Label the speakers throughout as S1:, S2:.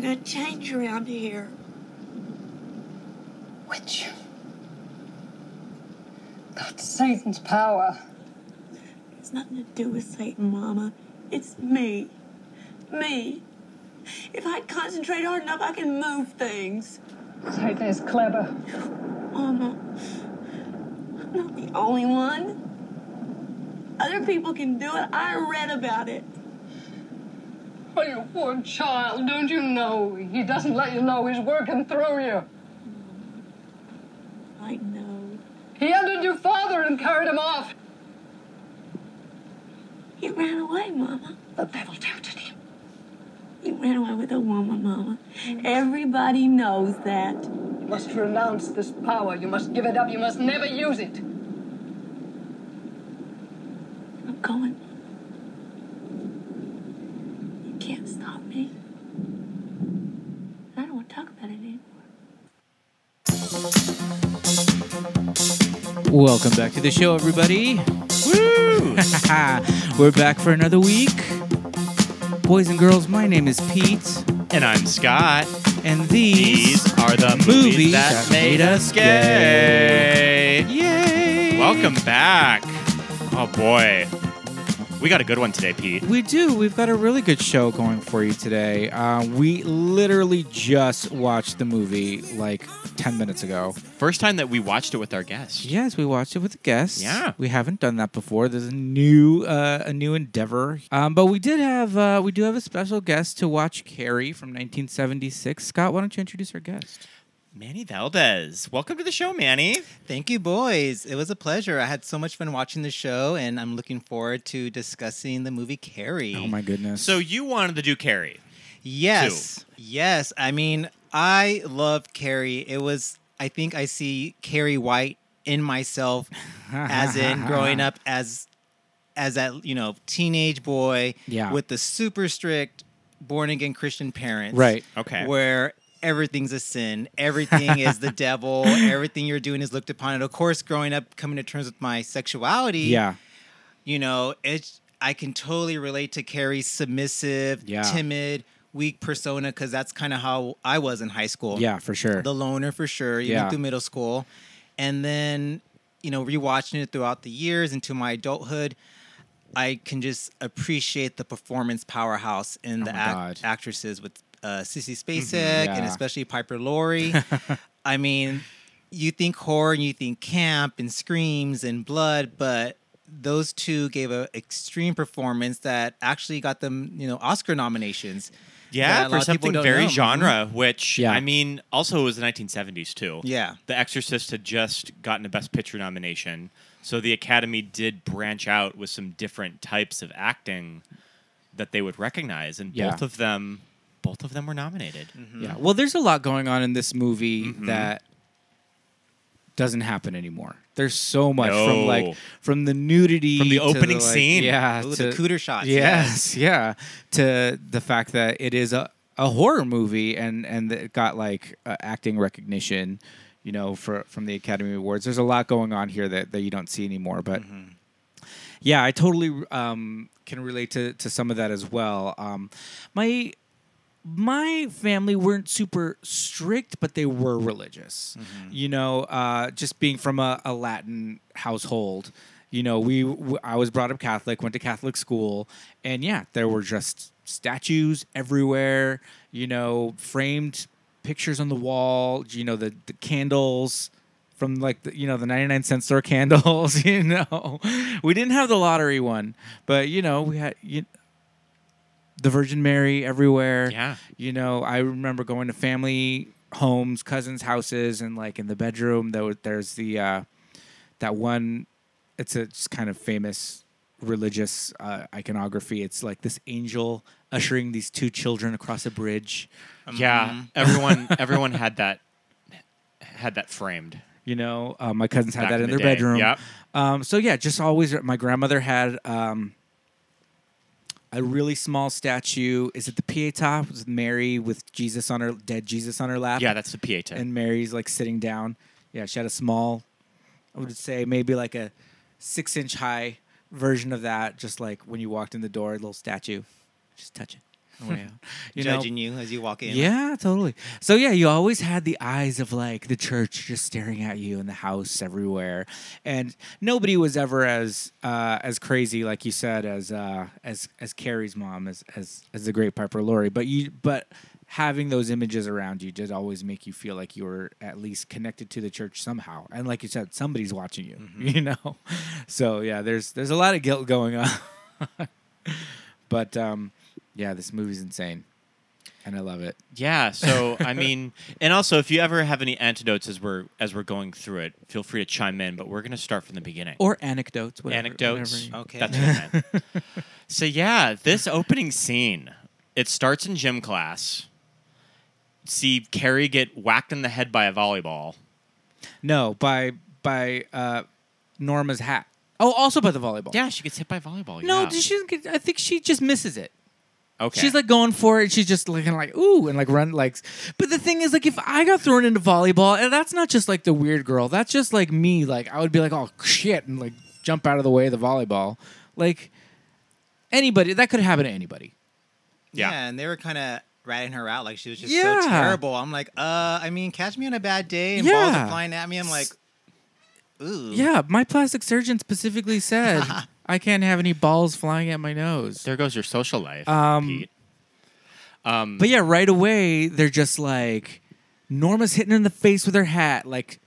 S1: good change around here.
S2: Witch. That's Satan's power.
S1: It's nothing to do with Satan, Mama. It's me. Me. If I concentrate hard enough, I can move things.
S2: Satan is clever.
S1: Mama, I'm not the only one. Other people can do it. I read about it.
S2: Well, you poor child, don't you know? He doesn't let you know he's working through you.
S1: I know.
S2: He entered your father and carried him off.
S1: He ran away, Mama.
S2: The devil tempted him.
S1: He ran away with a woman, Mama. Everybody knows that.
S2: You must renounce this power. You must give it up. You must never use it.
S1: I'm going. You can't stop me. And I don't want to talk about it anymore.
S3: Welcome back to the show, everybody. Woo! We're back for another week. Boys and girls, my name is Pete,
S4: And I'm Scott.
S3: and these.
S4: These are the movies,
S3: Movies
S4: that, made us gay.
S3: Yay!
S4: Welcome back. Oh boy. We got a good one today, Pete.
S3: We do. We've got a really good show going for you today. Uh, we literally just watched the movie like 10 minutes ago.
S4: First time that we watched it with our guest.
S3: Yes, we watched it with the guests.
S4: Yeah.
S3: we haven't done that before. There's a new uh, a new endeavor. Um, but we did have uh, we do have a special guest to watch Carrie from 1976. Scott, why don't you introduce our guest?
S4: Manny Valdez. Welcome to the show, Manny.
S5: Thank you, boys. It was a pleasure. I had so much fun watching the show, and I'm looking forward to discussing the movie Carrie.
S3: Oh my goodness!
S4: So you wanted to do Carrie.
S5: Yes. Yes. I mean, I love Carrie. It was, I think I see Carrie White in myself as in growing up as as that, you know, teenage boy
S3: Yeah.
S5: with the super strict born again Christian parents.
S3: Right.
S4: Okay.
S5: Where everything's a sin, everything is the devil, everything you're doing is looked upon. And of course, growing up coming to terms with my sexuality,
S3: yeah,
S5: you know, it's I can totally relate to Carrie's submissive,
S3: Yeah.
S5: timid, weak persona because that's kind of how I was in high school.
S3: yeah, for sure.
S5: the loner for sure, even
S3: Yeah.
S5: through middle school, and then you know rewatching it throughout the years into my adulthood. I can just appreciate the performance powerhouse in the
S3: Oh my
S5: ac-
S3: God. Mm-hmm.
S5: actresses with uh, Sissy Spacek
S3: Yeah.
S5: and especially Piper Laurie. I mean, you think horror and you think camp and screams and blood, but those two gave a extreme performance that actually got them, you know, Oscar nominations. that
S4: Yeah,
S5: a
S4: for
S5: lot of people
S4: something
S5: don't
S4: very
S5: know. Mm-hmm.
S4: genre, which
S3: Yeah.
S4: I mean, also was the 1970s too.
S5: Yeah.
S4: The Exorcist had just gotten a Best Picture nomination, so the Academy did branch out with some different types of acting that they would recognize, and
S3: Yeah.
S4: both of them, both of them were nominated.
S5: Mm-hmm.
S3: yeah. Well, there's a lot going on in this movie that doesn't happen anymore. There's so much from
S4: No.
S3: like from the nudity
S4: From the
S3: to
S4: opening
S3: like-
S4: scene.
S3: yeah,
S5: Ooh, the
S3: to-
S5: cooter shots.
S3: Yes, yeah. To the fact that it is a, a horror movie and and that it got like uh, acting recognition, you know, for from the Academy Awards. There's a lot going on here that that you don't see anymore, but yeah, I totally um, can relate to to some of that as well. Um, my my family weren't super strict, but they were religious. You know, uh, just being from a, a Latin household, you know, we, w I I was brought up Catholic, went to Catholic school, and yeah, there were just statues everywhere. You know, framed pictures on the wall. You know, the, the candles from like the, you know the 99 cent store candles you know we didn't have the lottery one but you know we had you, the virgin mary everywhere
S4: Yeah.
S3: you know i remember going to family homes cousins houses and like in the bedroom there, was- there's the uh that one it's a just kind of famous religious uh, iconography it's like this angel ushering these two children across a bridge
S5: Mm-hmm.
S4: Yeah, everyone, everyone had that, had that framed.
S3: You know, uh, my cousins had
S4: Back
S3: that in,
S4: in
S3: their
S4: the day.
S3: bedroom.
S4: Yep.
S3: Um, so yeah, just always. My grandmother had um, a really small statue. Is it the Pietà? It was Mary with Jesus on her dead Jesus on her lap.
S4: Yeah, that's the Pieta.
S3: and Mary's like sitting down. Yeah, she had a small, I would say maybe like a six inch high version of that. Just like when you walked in the door, a little statue. Just touch it. way out. You know,
S5: judging you as you walk in.
S3: Yeah, totally. So yeah, you always had the eyes of like the church just staring at you and the house everywhere, and nobody was ever as uh, as crazy, like you said, as uh, as as Carrie's mom, as as as the great Piper Laurie. But you, but having those images around you did always make you feel like you were at least connected to the church somehow. And like you said, somebody's watching you, you know. So yeah, there's there's a lot of guilt going on. but um, yeah, this movie's insane. And I love it.
S4: Yeah. So I mean, and also if you ever have any antidotes as we're as we're going through it, feel free to chime in. But we're going to start from the beginning.
S3: Or anecdotes. Whatever,
S4: anecdotes.
S3: whatever you-
S5: Okay.
S4: That's what I meant. so yeah, this opening scene, it starts in gym class. See Carrie get whacked in the head by a volleyball.
S3: No, by by uh, Norma's hat. Oh, also by the volleyball.
S4: Yeah, she gets hit by a volleyball.
S3: No,
S4: yeah.
S3: does she. doesn't get- I think she just misses it.
S4: Okay.
S3: She's like going for it. She's just looking like ooh and like run like. But the thing is, like, if I got thrown into volleyball, and that's not just like the weird girl. That's just like me. Like I would be like, oh shit, and like jump out of the way of the volleyball. Like anybody, that could happen to anybody.
S4: Yeah.
S5: and they were kind of ratting her out like she was just
S3: Yeah.
S5: so terrible. I'm like, uh, I mean, catch me on a bad day and balls
S3: Yeah.
S5: are flying at me. I'm like, ooh,
S3: Yeah, my plastic surgeon specifically said I can't have any balls flying at my nose.
S4: there goes your social life,
S3: Um,
S4: Pete. Um,
S3: But yeah, right away they're just like Norma's hitting her in the face with her hat. Like,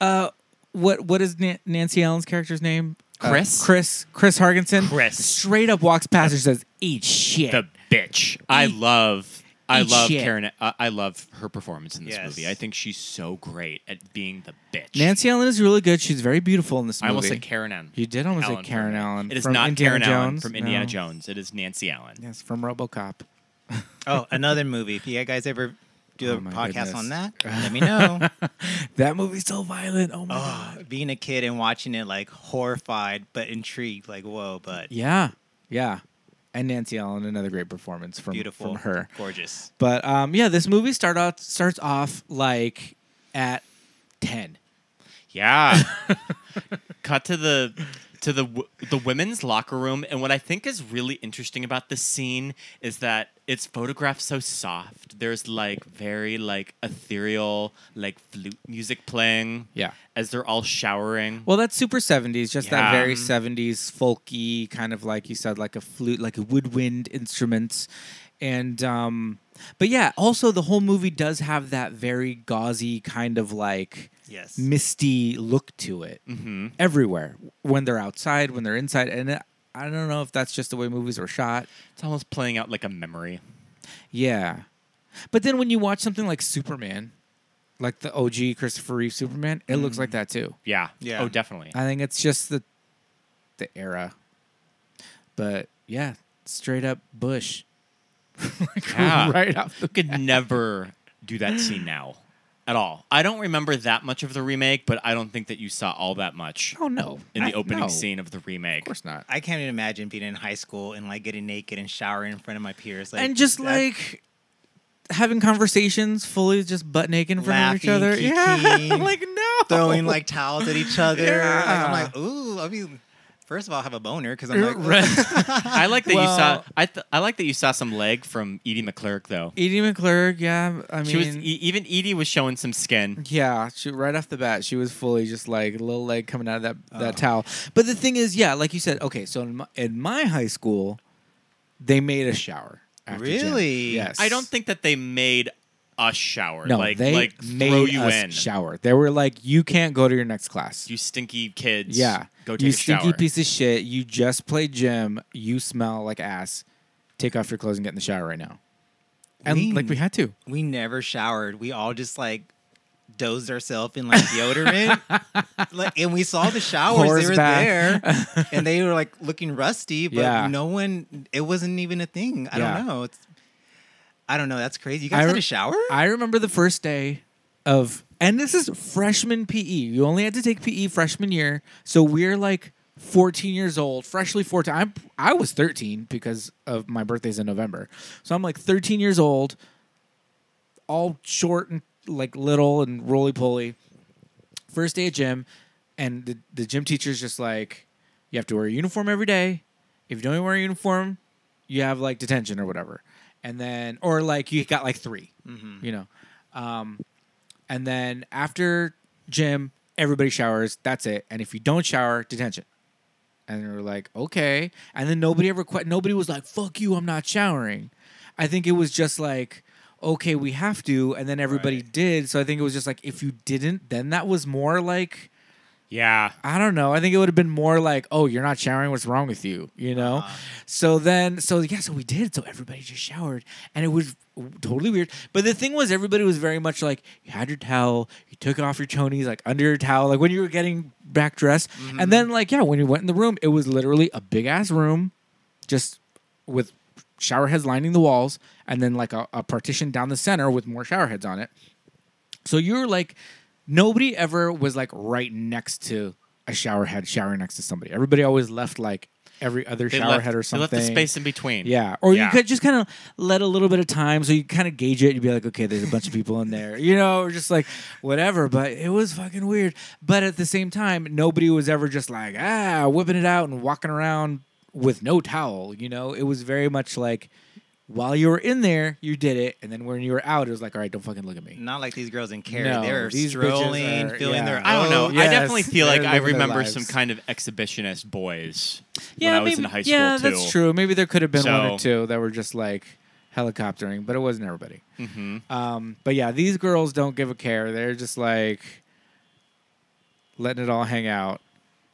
S3: uh, what what is Nan- Nancy Allen's character's name? Uh,
S4: Chris?
S3: Chris. Chris Hargensen.
S4: Chris.
S3: Straight up walks past her and says, "Eat shit."
S4: the bitch. I
S3: Eat-
S4: love. I
S3: eat
S4: love
S3: shit.
S4: Karen. uh, I, I love her performance in this
S5: Yes.
S4: movie. I think she's so great at being the bitch.
S3: Nancy Allen is really good. She's very beautiful in this movie.
S4: I almost said Karen Allen.
S3: You did almost
S4: Allen
S3: say Karen
S4: for me.
S3: Allen.
S4: It is
S3: from
S4: not
S3: Indiana
S4: Karen
S3: Jones.
S4: Allen from Indiana
S3: No.
S4: Jones. It is Nancy Allen.
S3: Yes, from RoboCop.
S5: Oh, another movie. If you guys ever do
S3: Oh,
S5: a
S3: my
S5: podcast
S3: goodness.
S5: on that, let me know.
S3: That movie's so violent. Oh my god.
S5: Being a kid and watching it, like horrified but intrigued, like whoa, but
S3: Yeah, yeah. And Nancy Allen, another great performance from
S5: beautiful,
S3: from her.
S5: gorgeous.
S3: But um, yeah, this movie start out starts off like at ten.
S4: Yeah. Cut to the to the w- the women's locker room, and what I think is really interesting about this scene is that it's photographed so soft. There's like very like ethereal like flute music playing.
S3: Yeah.
S4: As they're all showering.
S3: Well, that's super seventies, just that
S4: Yeah.
S3: very seventies folky kind of like you said, like a flute, like a woodwind instrument, and um, but yeah, also the whole movie does have that very gauzy kind of like
S5: Yes.
S3: misty look to it everywhere when they're outside, when they're inside, and. It, I don't know if that's just the way movies were shot.
S4: It's almost playing out like a memory.
S3: Yeah. But then when you watch something like Superman, like the OG Christopher Reeve Superman, it looks like that too.
S4: Yeah.
S5: Yeah.
S4: Oh, definitely.
S3: I think it's just the the era. But yeah, straight up Bush. Like,
S4: Yeah.
S3: Right off the
S4: could never do that scene now at all. I don't remember that much of the remake, but I don't think that you saw all that much
S3: Oh no.
S4: in the
S3: I-
S4: opening
S3: no.
S4: scene of the remake.
S3: Of course not.
S5: I can't even imagine being in high school and like getting naked and showering in front of my peers, like
S3: and just
S5: that-
S3: like having conversations fully just butt naked in front of each
S5: Laughing,
S3: other. Yeah.
S5: kicking,
S3: like no.
S5: throwing like towels at each other. Like,
S3: Yeah.
S5: I'm like, ooh, I mean, first of all, I have a boner because I'm like, ooh.
S4: I like that you saw.
S3: Well-
S4: I th- I like that you saw some leg from Edie McClurg though.
S3: Edie McClurg, yeah. I mean
S4: she was e- even Edie was showing some skin.
S3: Yeah, she right off the bat, she was fully just like a little leg coming out of that that towel. But the thing is, yeah, like you said, okay, so in my, in my high school, they made a shower. After gym.
S5: Really?
S3: Yes.
S4: I don't think that they made us shower.
S3: No,
S4: like
S3: they
S4: like
S3: made
S4: throw you
S3: us
S4: in.
S3: shower. They were like, you can't go to your next class.
S4: You stinky kids.
S3: yeah,
S4: Go take
S3: you
S4: a
S3: stinky
S4: shower.
S3: piece of shit. You just played gym. You smell like ass. Take off your clothes and get in the shower right now. And
S5: We-
S3: like we had to.
S5: we never showered. We all just like dozed ourselves in like deodorant. like and we saw the showers.
S3: Horse
S5: they were
S3: bath.
S5: there. and they were like looking rusty, but
S3: Yeah.
S5: no one it wasn't even a thing. I
S3: Yeah.
S5: don't know. It's I don't know. That's crazy. You
S3: I
S5: guys had
S3: re-
S5: a shower?
S3: I remember the first day of, and this is freshman PE. You only had to take PE freshman year, so we're like 14 years old, freshly 14. I'm, I was 13 because of my birthday's in November, so I'm like 13 years old, all short and like little and roly poly. First day at gym, and the the gym teacher's just like, you have to wear a uniform every day. If you don't wear a uniform, you have like detention or whatever. and then or like you got like 3 you know, um, and then after gym, everybody showers. That's it. And if you don't shower, detention. And they were like, okay. And then nobody ever que- nobody was like, fuck you, I'm not showering. I think it was just like, okay, we have to. And then everybody
S6: Right.
S3: did. So I think it was just like, if you didn't, then that was more like,
S6: Yeah.
S3: I don't know. I think it would have been more like, oh, you're not showering. What's wrong with you? You know? So then, so yeah, so we did. So everybody just showered and it was totally weird. But the thing was, everybody was very much like, you had your towel, you took off your chonies, like under your towel, like when you were getting back dressed. And then, like, yeah, when you went in the room, it was literally a big ass room, just with shower heads lining the walls and then like a, a partition down the center with more shower heads on it. So you were like, nobody ever was like right next to a shower head showering next to somebody. Everybody always left like every other
S4: They
S3: shower
S4: left,
S3: head or
S4: they
S3: something.
S4: left the space in between.
S3: Yeah. Or you
S6: Yeah.
S3: could just kind of let a little bit of time so you kind of gauge it. You'd be like, okay, there's a bunch of people in there, you know, or just like whatever. But it was fucking weird. But at the same time, nobody was ever just like, ah, whipping it out and walking around with no towel, you know? It was very much like while you were in there, you did it. And then when you were out, it was like, all right, don't fucking look at me.
S5: Not like these girls in Carrie.
S3: No,
S5: they were
S3: these bitches
S5: strolling,
S3: are-
S5: feeling
S3: yeah. Oh,
S5: their.
S4: I don't know.
S5: oats.
S4: I
S3: yes.
S4: definitely feel like
S3: They're
S4: I
S3: living their
S4: remember some
S3: lives.
S4: kind of exhibitionist boys
S3: yeah,
S4: when I was
S3: maybe,
S4: in high school
S3: yeah,
S4: too.
S3: that's true. Maybe there could have been one or
S4: So-
S3: two that were just like helicoptering, but it wasn't everybody.
S4: Mm-hmm.
S3: Um, but yeah, these girls don't give a care. They're just like letting it all hang out.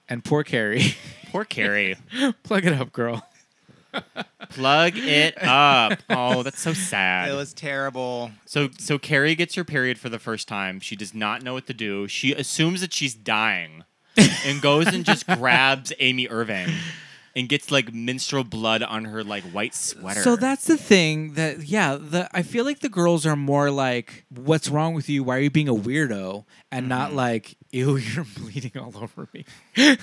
S3: And poor Carrie,
S4: Poor Carrie.
S3: plug it up, girl.
S4: Plug it up. Oh, that's so sad.
S5: It was terrible.
S4: so so Carrie gets her period for the first time. She does not know what to do. She assumes that she's dying and goes and just grabs Amy Irving and gets like minstrel blood on her like white sweater.
S3: So that's the thing that yeah, the I feel like the girls are more like, "What's wrong with you? Why are you being a weirdo?" and not
S4: Mm-hmm.
S3: like, "Ew, you're bleeding all over me."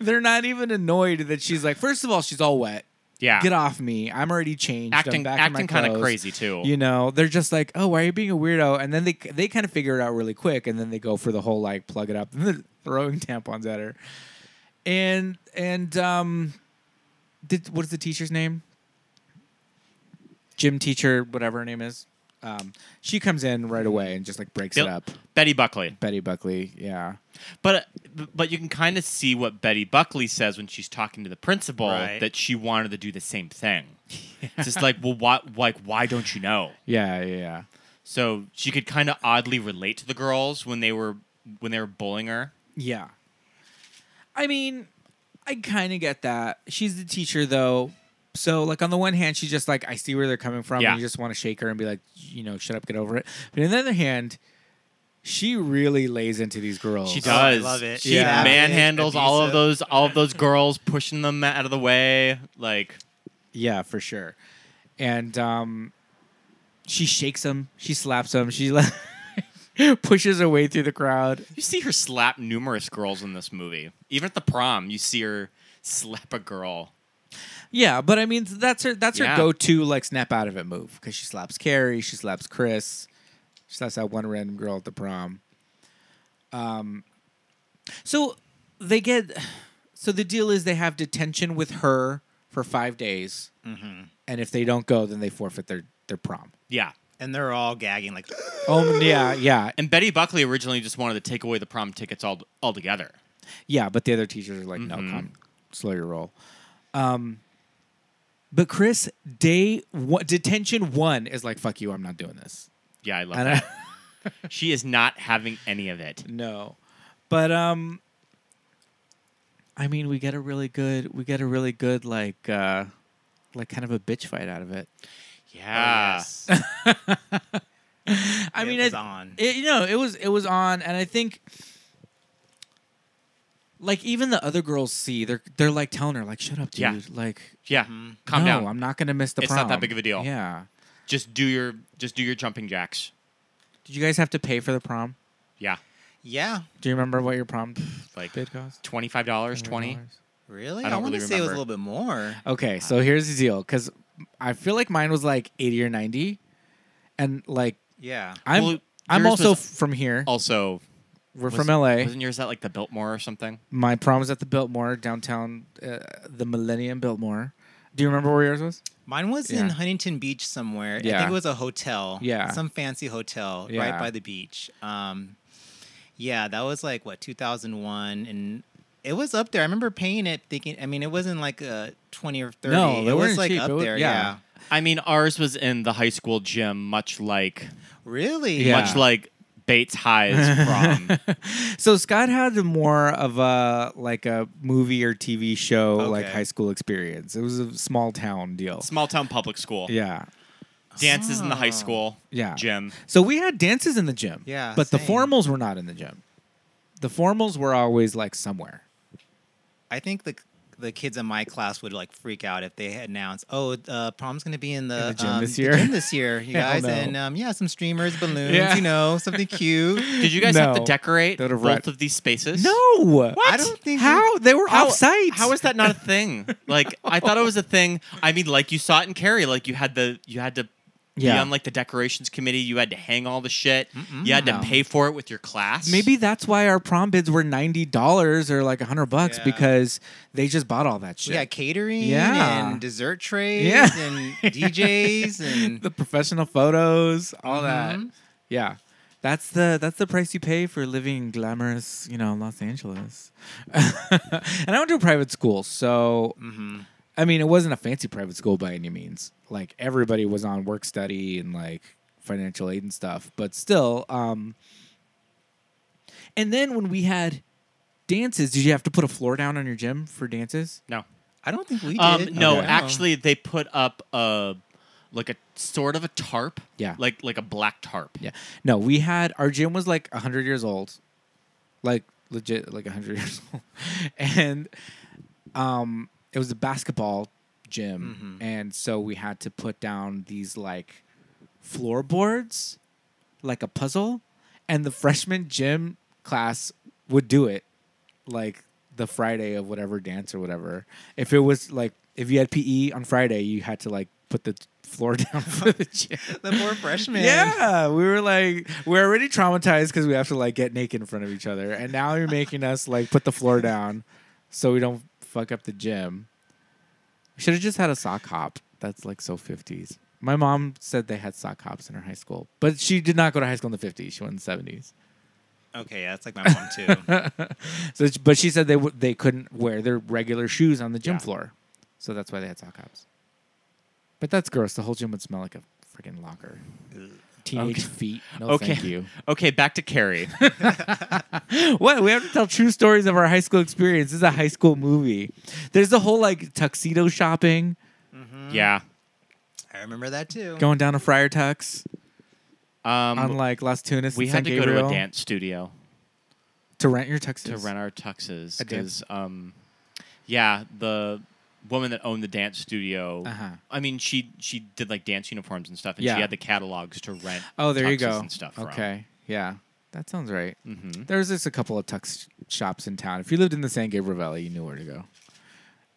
S3: They're not even annoyed that she's like. First of all, she's all wet.
S4: yeah.
S3: Get off me! I'm already changed. I'm
S4: acting
S3: back in my
S4: acting kind of
S3: clothes.
S4: crazy too.
S3: You know, they're just like, "Oh, why are you being a weirdo?" And then they they kind of figure it out really quick, and then they go for the whole like plug it up, throwing tampons at her, and and um, did what is the teacher's name? Gym teacher, whatever her name is. Um, she comes in right away and just like breaks
S4: Bill-
S3: it up.
S4: Betty Buckley.
S3: Betty Buckley, yeah,
S4: But but you can kind of see what Betty Buckley says when she's talking to the principal
S5: Right.
S4: that she wanted to do the same thing. It's just like, well, why, like, why don't you know?
S3: yeah, yeah, yeah.
S4: So she could kind of oddly relate to the girls when they were when they were bullying her.
S3: Yeah. I mean, I kind of get that. She's the teacher, though. So, like, on the one hand, she's just like, I see where they're coming from.
S4: Yeah.
S3: And you just want to shake her and be like, you know, shut up, get over it. But on the other hand, she really lays into these girls.
S4: She
S5: I
S4: does.
S5: love it.
S4: She
S3: Yeah.
S4: manhandles all of
S5: Abusive.
S4: those all of those girls, pushing them out of the way. Like,
S3: Yeah, for sure. And um, she shakes him. She slaps him. She like, pushes her way through the crowd.
S4: you see her slap numerous girls in this movie. Even at the prom, you see her slap a girl.
S3: Yeah, but I mean that's her that's her
S4: Yeah.
S3: go-to like snap out of it move because she slaps Carrie, she slaps Chris, she slaps that one random girl at the prom. Um, so they get so the deal is they have detention with her for five days, and if they don't go, then they forfeit their their prom.
S4: Yeah.
S5: And they're all gagging like.
S3: Oh yeah, yeah,
S4: And Betty Buckley originally just wanted to take away the prom tickets all altogether.
S3: Yeah, but the other teachers are like, no, come, slow your roll. Um, but Chris, day one, detention one is like, fuck you, I'm not doing this.
S4: Yeah, I love
S3: And
S4: that.
S3: I,
S4: she is not having any of
S5: Oh,
S4: it.
S3: no, but um, I mean, we get a really good, we get a really good like, uh like kind of a bitch fight out of it.
S4: Yeah.
S5: yes.
S3: I
S5: It
S3: Ah. mean,
S5: was on.
S3: It, you know, it was it was on, and I think like even the other girls see they're they're like telling her like, shut up, dude,
S4: Yeah.
S3: like.
S4: Yeah.
S5: Mm-hmm.
S4: Calm
S3: no,
S4: down.
S3: I'm not gonna miss the
S4: It's
S3: prom.
S4: not that big of a deal.
S3: Yeah.
S4: just do your just do your jumping jacks.
S3: Did you guys have to pay for the prom?
S4: Yeah.
S5: Yeah.
S3: Do you remember what your prom
S4: Like
S3: bid cost?
S4: twenty five dollars, twenty.
S5: Really?
S4: I
S5: I,
S4: don't
S5: want
S4: really
S5: to say it was a
S4: remember.
S5: little bit more.
S3: Okay, so here's the deal, because I feel like mine was like eighty or ninety, and like
S5: Yeah.
S3: I'm
S4: Well,
S3: I'm
S4: yours
S3: also
S4: was-
S3: from here.
S4: Also
S3: We're
S4: was-
S3: from LA.
S4: Wasn't yours at like the Biltmore or something?
S3: My prom was at the Biltmore downtown, uh, the Millennium Biltmore, Do you remember where yours was?
S5: Mine was in
S3: Yeah.
S5: Huntington Beach somewhere. I
S3: Yeah.
S5: think it was a hotel.
S3: Yeah.
S5: Some fancy hotel
S3: Yeah.
S5: right by the beach. Um, yeah, that was like what 2001 and it was up there. I remember paying it thinking I mean it wasn't like a 20 or 30.
S3: No, they
S5: it was
S3: weren't
S5: like
S3: cheap.
S5: up
S3: It wa-
S5: there.
S3: yeah.
S5: Yeah.
S4: I mean, ours was in the high school gym, much like
S5: Really?
S3: Yeah.
S4: much like Bates High's prom.
S3: So Scott had more of a like a movie or TV show like
S5: Okay.
S3: high school experience. It was a small town deal.
S4: Small town public school.
S3: Yeah.
S4: Dances in the high school
S3: Yeah.
S4: gym.
S3: So we had dances in the gym.
S5: Yeah,
S3: But the
S5: same.
S3: formals were not in the gym. The formals were always like somewhere.
S5: I think the the kids in my class would like freak out if they had announced, "Oh, uh, prom's going to be in the,
S3: the gym
S5: um,
S3: this year."
S5: gym this year, you
S3: Hell
S5: guys."
S3: no.
S5: And um, yeah, some streamers, balloons,
S3: Yeah.
S5: you know, something cute.
S4: Did you guys have to
S3: No.
S4: decorate
S3: That'd
S4: both
S3: have wrecked-
S4: of these spaces?
S3: No. What?
S5: I don't think
S3: How? They were
S4: How,
S3: offsite.
S4: how is that not a thing? Like I thought it was a thing. I mean, like you saw it in Carrie. Like you had the you had to be
S3: Yeah.
S4: on like the decorations committee. You had to hang all the shit. you had to
S3: No.
S4: pay for it with your class.
S3: Maybe that's why our prom bids were ninety dollars or like hundred bucks
S5: Yeah.
S3: because they just bought all that shit.
S5: We had catering
S3: Yeah.
S5: and dessert trays
S3: Yeah.
S5: and DJs and
S3: the professional photos, all that.
S5: Mhm.
S3: Yeah. That's the that's the price you pay for living in glamorous, you know, Los Angeles. and I went to a private school, so I mean, it wasn't a fancy private school by any means. Like everybody was on work study and like financial aid and stuff, but still um And then when we had dances, did you have to put a floor down on your gym for dances?
S4: no.
S5: I don't think we did.
S4: Um, no,
S3: Okay.
S4: actually, they put up a like a sort of a tarp.
S3: Yeah.
S4: like like a black tarp.
S3: Yeah. No, we had our gym was like 100 years old. Like legit like 100 years old. And um it was a basketball gym and so we had to put down these like floorboards like a puzzle and the freshman gym class would do it like the Friday of whatever dance or whatever. If it was like if you had PE on Friday, you had to like put the floor down for the gym.
S5: the poor freshman.
S3: Yeah, we were like, we're already traumatized because we have to like get naked in front of each other, and now you're making us like put the floor down so we don't fuck up the gym. We should have just had a sock hop. That's like so fifties. My mom said they had sock hops in her high school, but she did not go to high school in the fifties. She went in the seventies.
S5: Okay, yeah, that's like my mom too.
S3: So, it's- but she said they w- they couldn't wear their regular shoes on the gym floor, so that's why they had sock hops. But that's gross. The whole gym would smell like a freaking locker. Teenage
S4: Okay.
S3: feet. No,
S4: Okay.
S3: thank you.
S4: Okay, back to Carrie.
S3: What? We have to tell true stories of our high school experience. This is a high school movie. There's the whole like tuxedo shopping,
S4: yeah.
S5: I remember that too.
S3: going down to Friar Tuck's
S4: Um,
S3: on like Las Tunas.
S4: we
S3: and San
S4: had to go to
S3: Gabriel
S4: a dance studio
S3: to rent your tuxes.
S4: to rent our tuxes
S3: A dance-
S4: because, um, yeah, the woman that owned the dance studio.
S3: Uh-huh.
S4: I mean, she she did like dance uniforms and stuff, and
S3: Yeah.
S4: she had the catalogs to rent.
S3: Oh, there you
S4: tuxes
S3: go.
S4: And stuff. from.
S3: okay, yeah, that sounds right.
S4: Mhm.
S3: There's just a couple of tux shops in town. If you lived in the San Gabriel Valley, you knew where to go.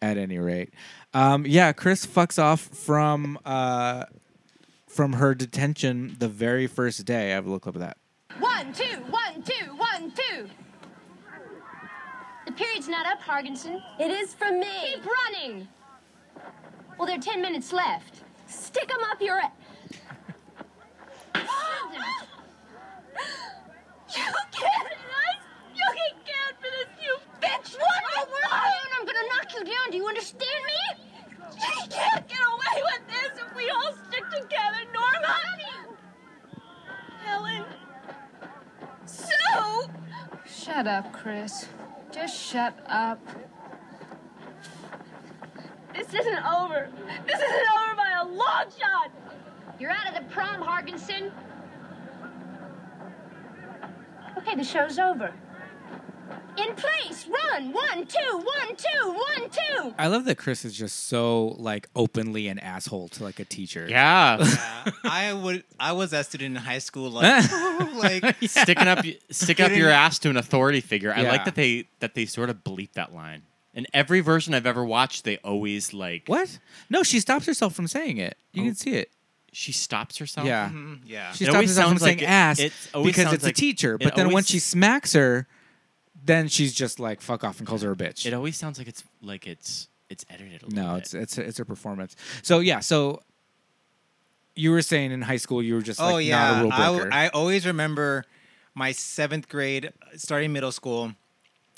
S3: At any rate, um, yeah, Chris fucks off from uh, from her detention the very first day. I have a look up at that.
S6: One, two, one, two, one, two.
S7: The period's not up, Hargensen.
S6: It is from me.
S7: Keep running. Well, there are ten minutes left.
S6: Stick 'em up your.
S7: Susan,
S6: You can't You can count for this, you bitch. What in the
S7: alone, I'm gonna knock you down. Do you understand me?
S6: She can't get away with this if we all stick together, Norma. Helen. Sue.
S7: Shut up, Chris. Just shut up.
S6: This isn't over. This isn't over by a long shot.
S7: You're out of the prom, Hargensen. Okay, the show's over. In place, run. One, two, one, two, one, two.
S3: I love that Chris is just so like openly an asshole to like a teacher.
S4: Yeah,
S5: Yeah, I would. I was that student in high school, like, like
S4: sticking up y- stick up
S5: Getting-
S4: your ass to an authority figure. I
S3: Yeah.
S4: like that they that they sort of bleep that line. In every version I've ever watched, they always like
S3: What? No, she stops herself from saying it. You can see it.
S4: she stops herself.
S3: Yeah.
S5: mm, yeah.
S3: She
S4: Oh. mm-hmm. It
S3: stops
S4: always
S3: herself from
S4: sounds like
S3: saying
S4: it-
S3: ass
S4: it always
S3: because
S4: sounds
S3: it's
S4: like-
S3: a teacher.
S4: it
S3: But then
S4: always-
S3: once she smacks her, then she's just like fuck off and calls her a bitch.
S4: It always sounds like it's like it's it's edited a little
S3: No,
S4: bit.
S3: it's it's a, it's a performance. So yeah, so you were saying in high school you were just like
S5: oh yeah,
S3: not a rule
S5: I w-
S3: breaker.
S5: I, always remember my seventh grade, uh, starting middle school,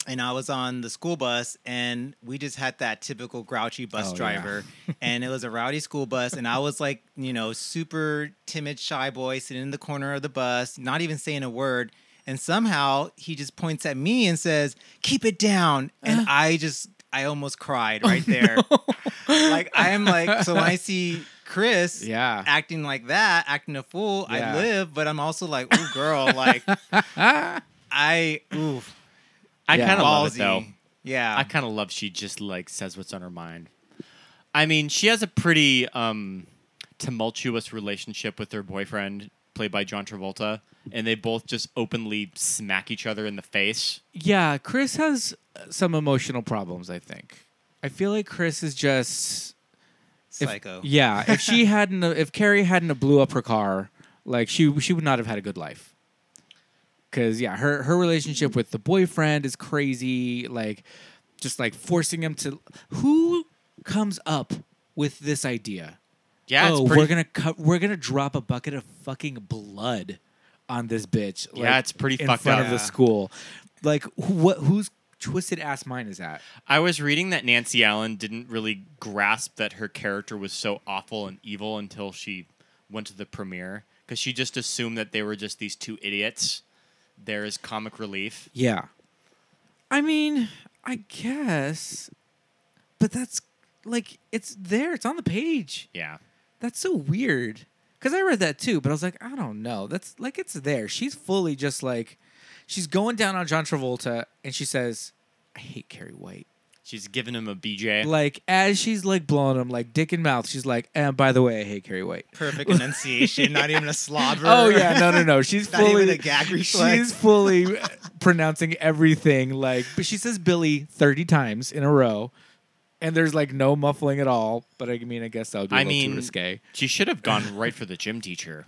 S5: and I was on the school bus, and we just had that typical grouchy bus
S3: Oh, yeah.
S5: driver, and it was a rowdy school bus, and I was like, you know, super timid, shy boy sitting in the corner of the bus, not even saying a word. And somehow he just points at me and says, "Keep it down," and
S3: Uh-huh.
S5: I just, I almost
S3: Oh,
S5: cried right there. like I am like, so when I see Chris,
S3: Yeah.
S5: acting like that, acting a fool.
S3: Yeah.
S5: I live, but I'm also like, ooh, girl, like I, ooh,
S4: I
S3: Yeah.
S4: kind of love
S5: ballsy.
S4: it though.
S5: Yeah,
S4: I kind of love she just like says what's on her mind. I mean, she has a pretty um, tumultuous relationship with her boyfriend, played by John Travolta, and they both just openly smack each other in the face.
S3: yeah, Chris has uh, some emotional problems. I think. I feel like Chris is just if-
S5: psycho.
S3: yeah, if she hadn't, if Carrie hadn't have blew up her car, like she she would not have had a good life. Cause yeah, her her relationship with the boyfriend is crazy. Like, just like forcing him to. Who comes up with this idea?
S4: Yeah,
S3: oh,
S4: it's pretty.
S3: we're gonna cut. We're gonna drop a bucket of fucking blood on this bitch.
S4: Yeah, it's pretty
S3: in
S4: fucked
S3: front
S4: up.
S3: of the
S4: Yeah.
S3: school. Like, wh- what? Whose twisted ass mind is that?
S4: I was reading that Nancy Allen didn't really grasp that her character was so awful and evil until she went to the premiere because she just assumed that they were just these two idiots. There is comic relief.
S3: Yeah. I mean, I guess, but that's like it's there. It's on the page.
S4: Yeah.
S3: That's so weird. Cause I read that too, but I was like, I don't know. That's like it's there. She's fully just like, she's going down on John Travolta, and she says, "I hate Carrie White."
S4: She's giving him a BJ.
S3: Like as she's like blowing him like dick and mouth, she's like, "And by the way, I hate Carrie White."
S5: Perfect enunciation, not even a slobber.
S3: Oh yeah, no, no, no. She's
S5: Not even
S3: fully
S5: a gag
S3: She's
S5: reflex.
S3: fully pronouncing everything like, but she says Billy thirty times in a row, and there's like no muffling at all. But I mean, I guess that would be a
S4: I
S3: little
S4: mean,
S3: too risque.
S4: she should have gone right for the gym teacher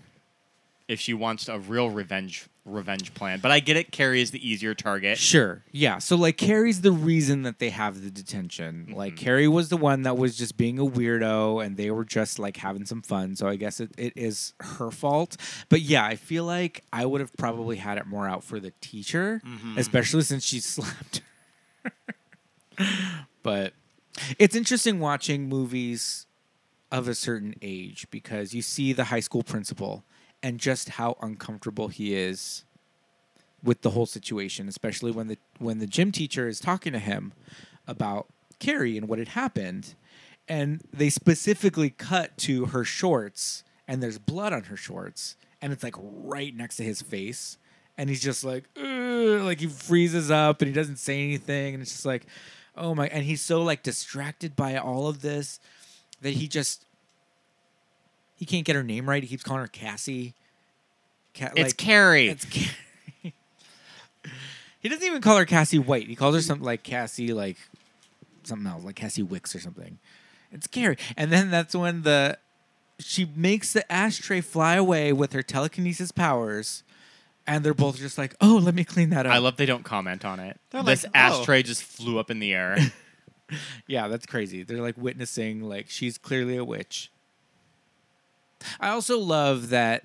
S4: if she wants a real revenge revenge plan. But I get it. Carrie is the easier target.
S3: Sure, yeah. So like, Carrie's the reason that they have the detention. Like, Carrie was the one that was just being a weirdo, and they were just like having some fun. So I guess it, it is her fault. But yeah, I feel like I would have probably had it more out for the teacher, especially since she slapped her. but it's interesting watching movies of a certain age because you see the high school principal and just how uncomfortable he is with the whole situation especially when the when the gym teacher is talking to him about Carrie and what had happened and they specifically cut to her shorts and there's blood on her shorts and it's like right next to his face and he's just like "Ugh," like he freezes up and he doesn't say anything and it's just like oh my and he's so like distracted by all of this that he just he can't get her name right he keeps calling her Cassie Ca-
S4: It's
S3: like-
S4: Carrie.
S3: it's Ca- he doesn't even call her Cassie White. He calls her something like Cassie, like something else, like Cassie Wicks or something. It's Carrie. And then that's when the she makes the ashtray fly away with her telekinesis powers, and they're both just like, "Oh, let me clean that up."
S4: I love they don't comment on it.
S5: They're
S4: this
S5: like, oh.
S4: ashtray just flew up in the air.
S3: yeah, that's crazy. They're like witnessing, like she's clearly a witch. I also love that.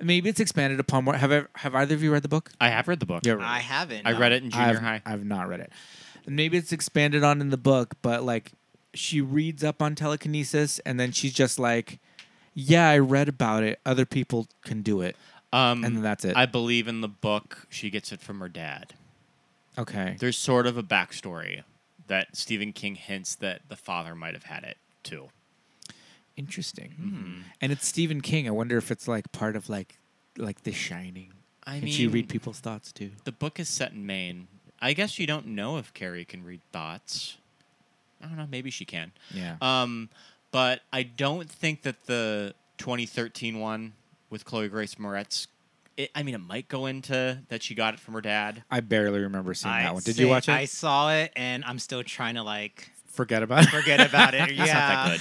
S3: Maybe it's expanded upon more. Have I, have either of you read the book?
S4: I have read the book.
S3: Yeah, right.
S5: I haven't.
S4: I
S5: no.
S4: read it in junior
S3: I've,
S4: high.
S3: I've not read it. Maybe it's expanded on in the book, but like she reads up on telekinesis and then she's just like, yeah, I read about it. Other people can do it.
S4: um,
S3: and that's it.
S4: I believe in the book she gets it from her dad.
S3: Okay.
S4: There's sort of a backstory that Stephen King hints that the father might have had it too.
S3: Interesting. And it's Stephen King. I wonder if it's like part of like like The Shining.
S4: I
S3: can she
S4: mean- uh,
S3: read people's thoughts too?
S4: The book is set in Maine. I guess you don't know if Carrie can read thoughts. I don't know. Maybe she can.
S3: Yeah.
S4: Um, but I don't think that the 2013 one with Chloe Grace Moretz. It, I mean, it might go into that she got it from her dad.
S3: I barely remember seeing
S5: I
S3: that one. Did you
S5: say-
S3: watch it?
S5: I saw it, and I'm still trying to like
S3: forget about it.
S5: forget about it. Yeah,
S4: It's not that good.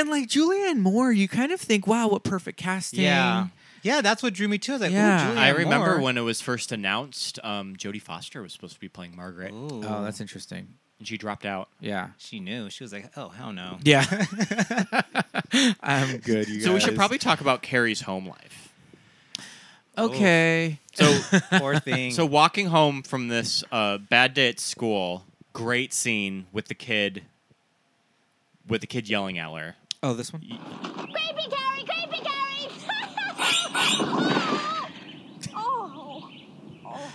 S3: and like Julianne Moore, you kind of think, wow, what perfect casting.
S5: Yeah, yeah, that's what drew me to. it. I was like,
S3: Yeah.
S5: ooh, Julianne
S4: I remember
S5: Moore.
S4: when it was first announced. Um, Jodie Foster was supposed to be playing Margaret.
S5: Ooh.
S3: Oh, that's interesting.
S4: and she dropped out.
S3: Yeah.
S5: She knew. She was like, "Oh hell no."
S3: Yeah. I'm good. You
S4: So we should
S3: guys.
S4: probably talk about Carrie's home life.
S3: Oh. Okay.
S4: So
S5: Poor thing.
S4: So walking home from this uh, bad day at school, great scene with the kid, with the kid yelling at her.
S3: Oh, this one.
S7: Creepy Carrie, creepy Carrie. oh. oh.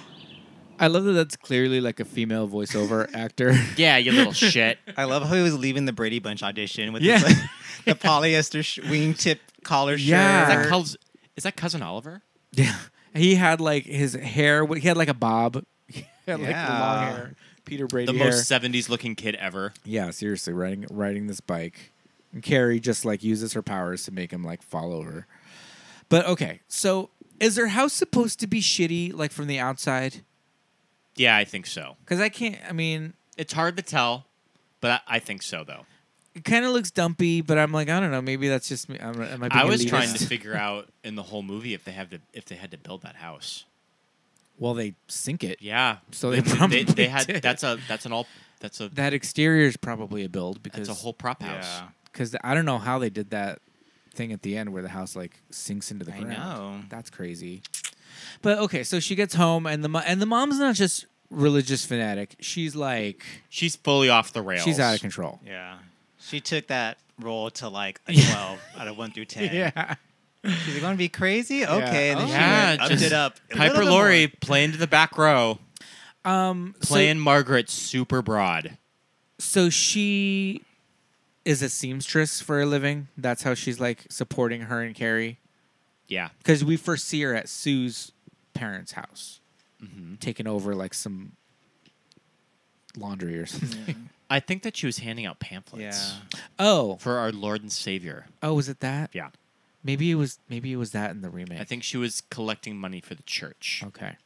S3: I love that. That's clearly like a female voiceover actor.
S4: Yeah, you little shit.
S5: I love how he was leaving the Brady Bunch audition with
S3: Yeah.
S5: his, like, the polyester sh- wingtip collar shirt.
S3: Yeah.
S4: Is that, cous- is that cousin Oliver?
S3: Yeah. He had like his hair. He had like a bob. He had like the long
S5: Yeah.
S3: hair. Peter Brady
S4: The
S3: hair.
S4: most '70s looking kid ever.
S3: yeah, seriously, riding riding this bike. And Carrie just like uses her powers to make him like follow her. But okay, so is their house supposed to be shitty like from the outside?
S4: Yeah, I think so.
S3: Because I can't. I mean,
S4: It's hard to tell, but I, I think so though.
S3: it kind of looks dumpy, but I'm like, I don't know. Maybe that's just me. I'm, am I, being
S4: I was
S3: elitist?
S4: trying to figure out in the whole movie if they have to if they had to build that house.
S3: well, they sink it.
S4: Yeah.
S3: So they probably
S4: they, had
S3: did.
S4: that's a that's an all that's a
S3: That exterior is probably a build because
S4: that's a whole prop house.
S5: Yeah.
S3: because I don't know how they did that thing at the end where the house like sinks into the
S5: I
S3: ground.
S5: know.
S3: That's crazy. But okay, so she gets home and the mo- and the mom's not just religious fanatic. She's like
S4: She's fully off the rails.
S3: she's out of control.
S5: Yeah. She took that role to like a 12 out of 1 through 10. She's going to be crazy? Okay. And then
S4: Yeah,
S5: she went, upped
S4: just
S5: it up. a little
S4: Piper
S5: bit
S4: Laurie
S5: more.
S4: playing to the back row,
S3: Um so-
S4: playing Margaret super broad.
S3: so, she is a seamstress for a living. That's how she's like supporting her and Carrie
S4: Yeah.
S3: because we first see her at Sue's parents' house, taking over like some laundry or something.
S4: I think that she was handing out pamphlets
S5: Yeah.
S3: Oh,
S4: for our Lord and Savior.
S3: oh, was it that?
S4: Yeah.
S3: Maybe it was maybe it was that in the remake.
S4: I think she was collecting money for the church.
S3: Okay.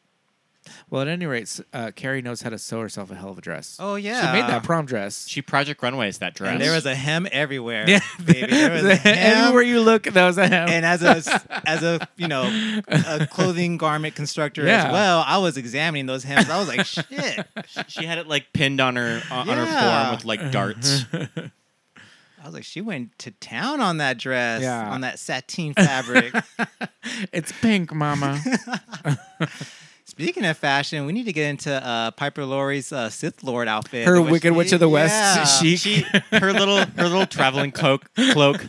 S3: Well, at any rate, s- uh, Carrie knows how to sew herself a hell of a dress.
S5: Oh,
S3: She made
S5: yeah.
S3: that prom dress.
S4: She Project Runway is that dress.
S5: And there was a hem everywhere.
S3: Yeah.
S5: Baby. There was a hem.
S3: Everywhere you look, there was a hem.
S5: and as a as a you know a clothing garment constructor
S3: Yeah.
S5: as well, I was examining those hems. I was like, shit.
S4: she had it like pinned on her on, on her
S5: Yeah.
S4: forearm with like darts.
S5: I was like, she went to town on that dress,
S3: Yeah.
S5: on that sateen fabric.
S3: it's pink, Mama.
S5: Speaking of fashion, we need to get into uh, Piper Laurie's uh, Sith Lord outfit.
S3: Her
S5: the
S3: Wicked Witch of the West
S5: Yeah.
S3: chic.
S4: Uh, she her little her little traveling cloak cloak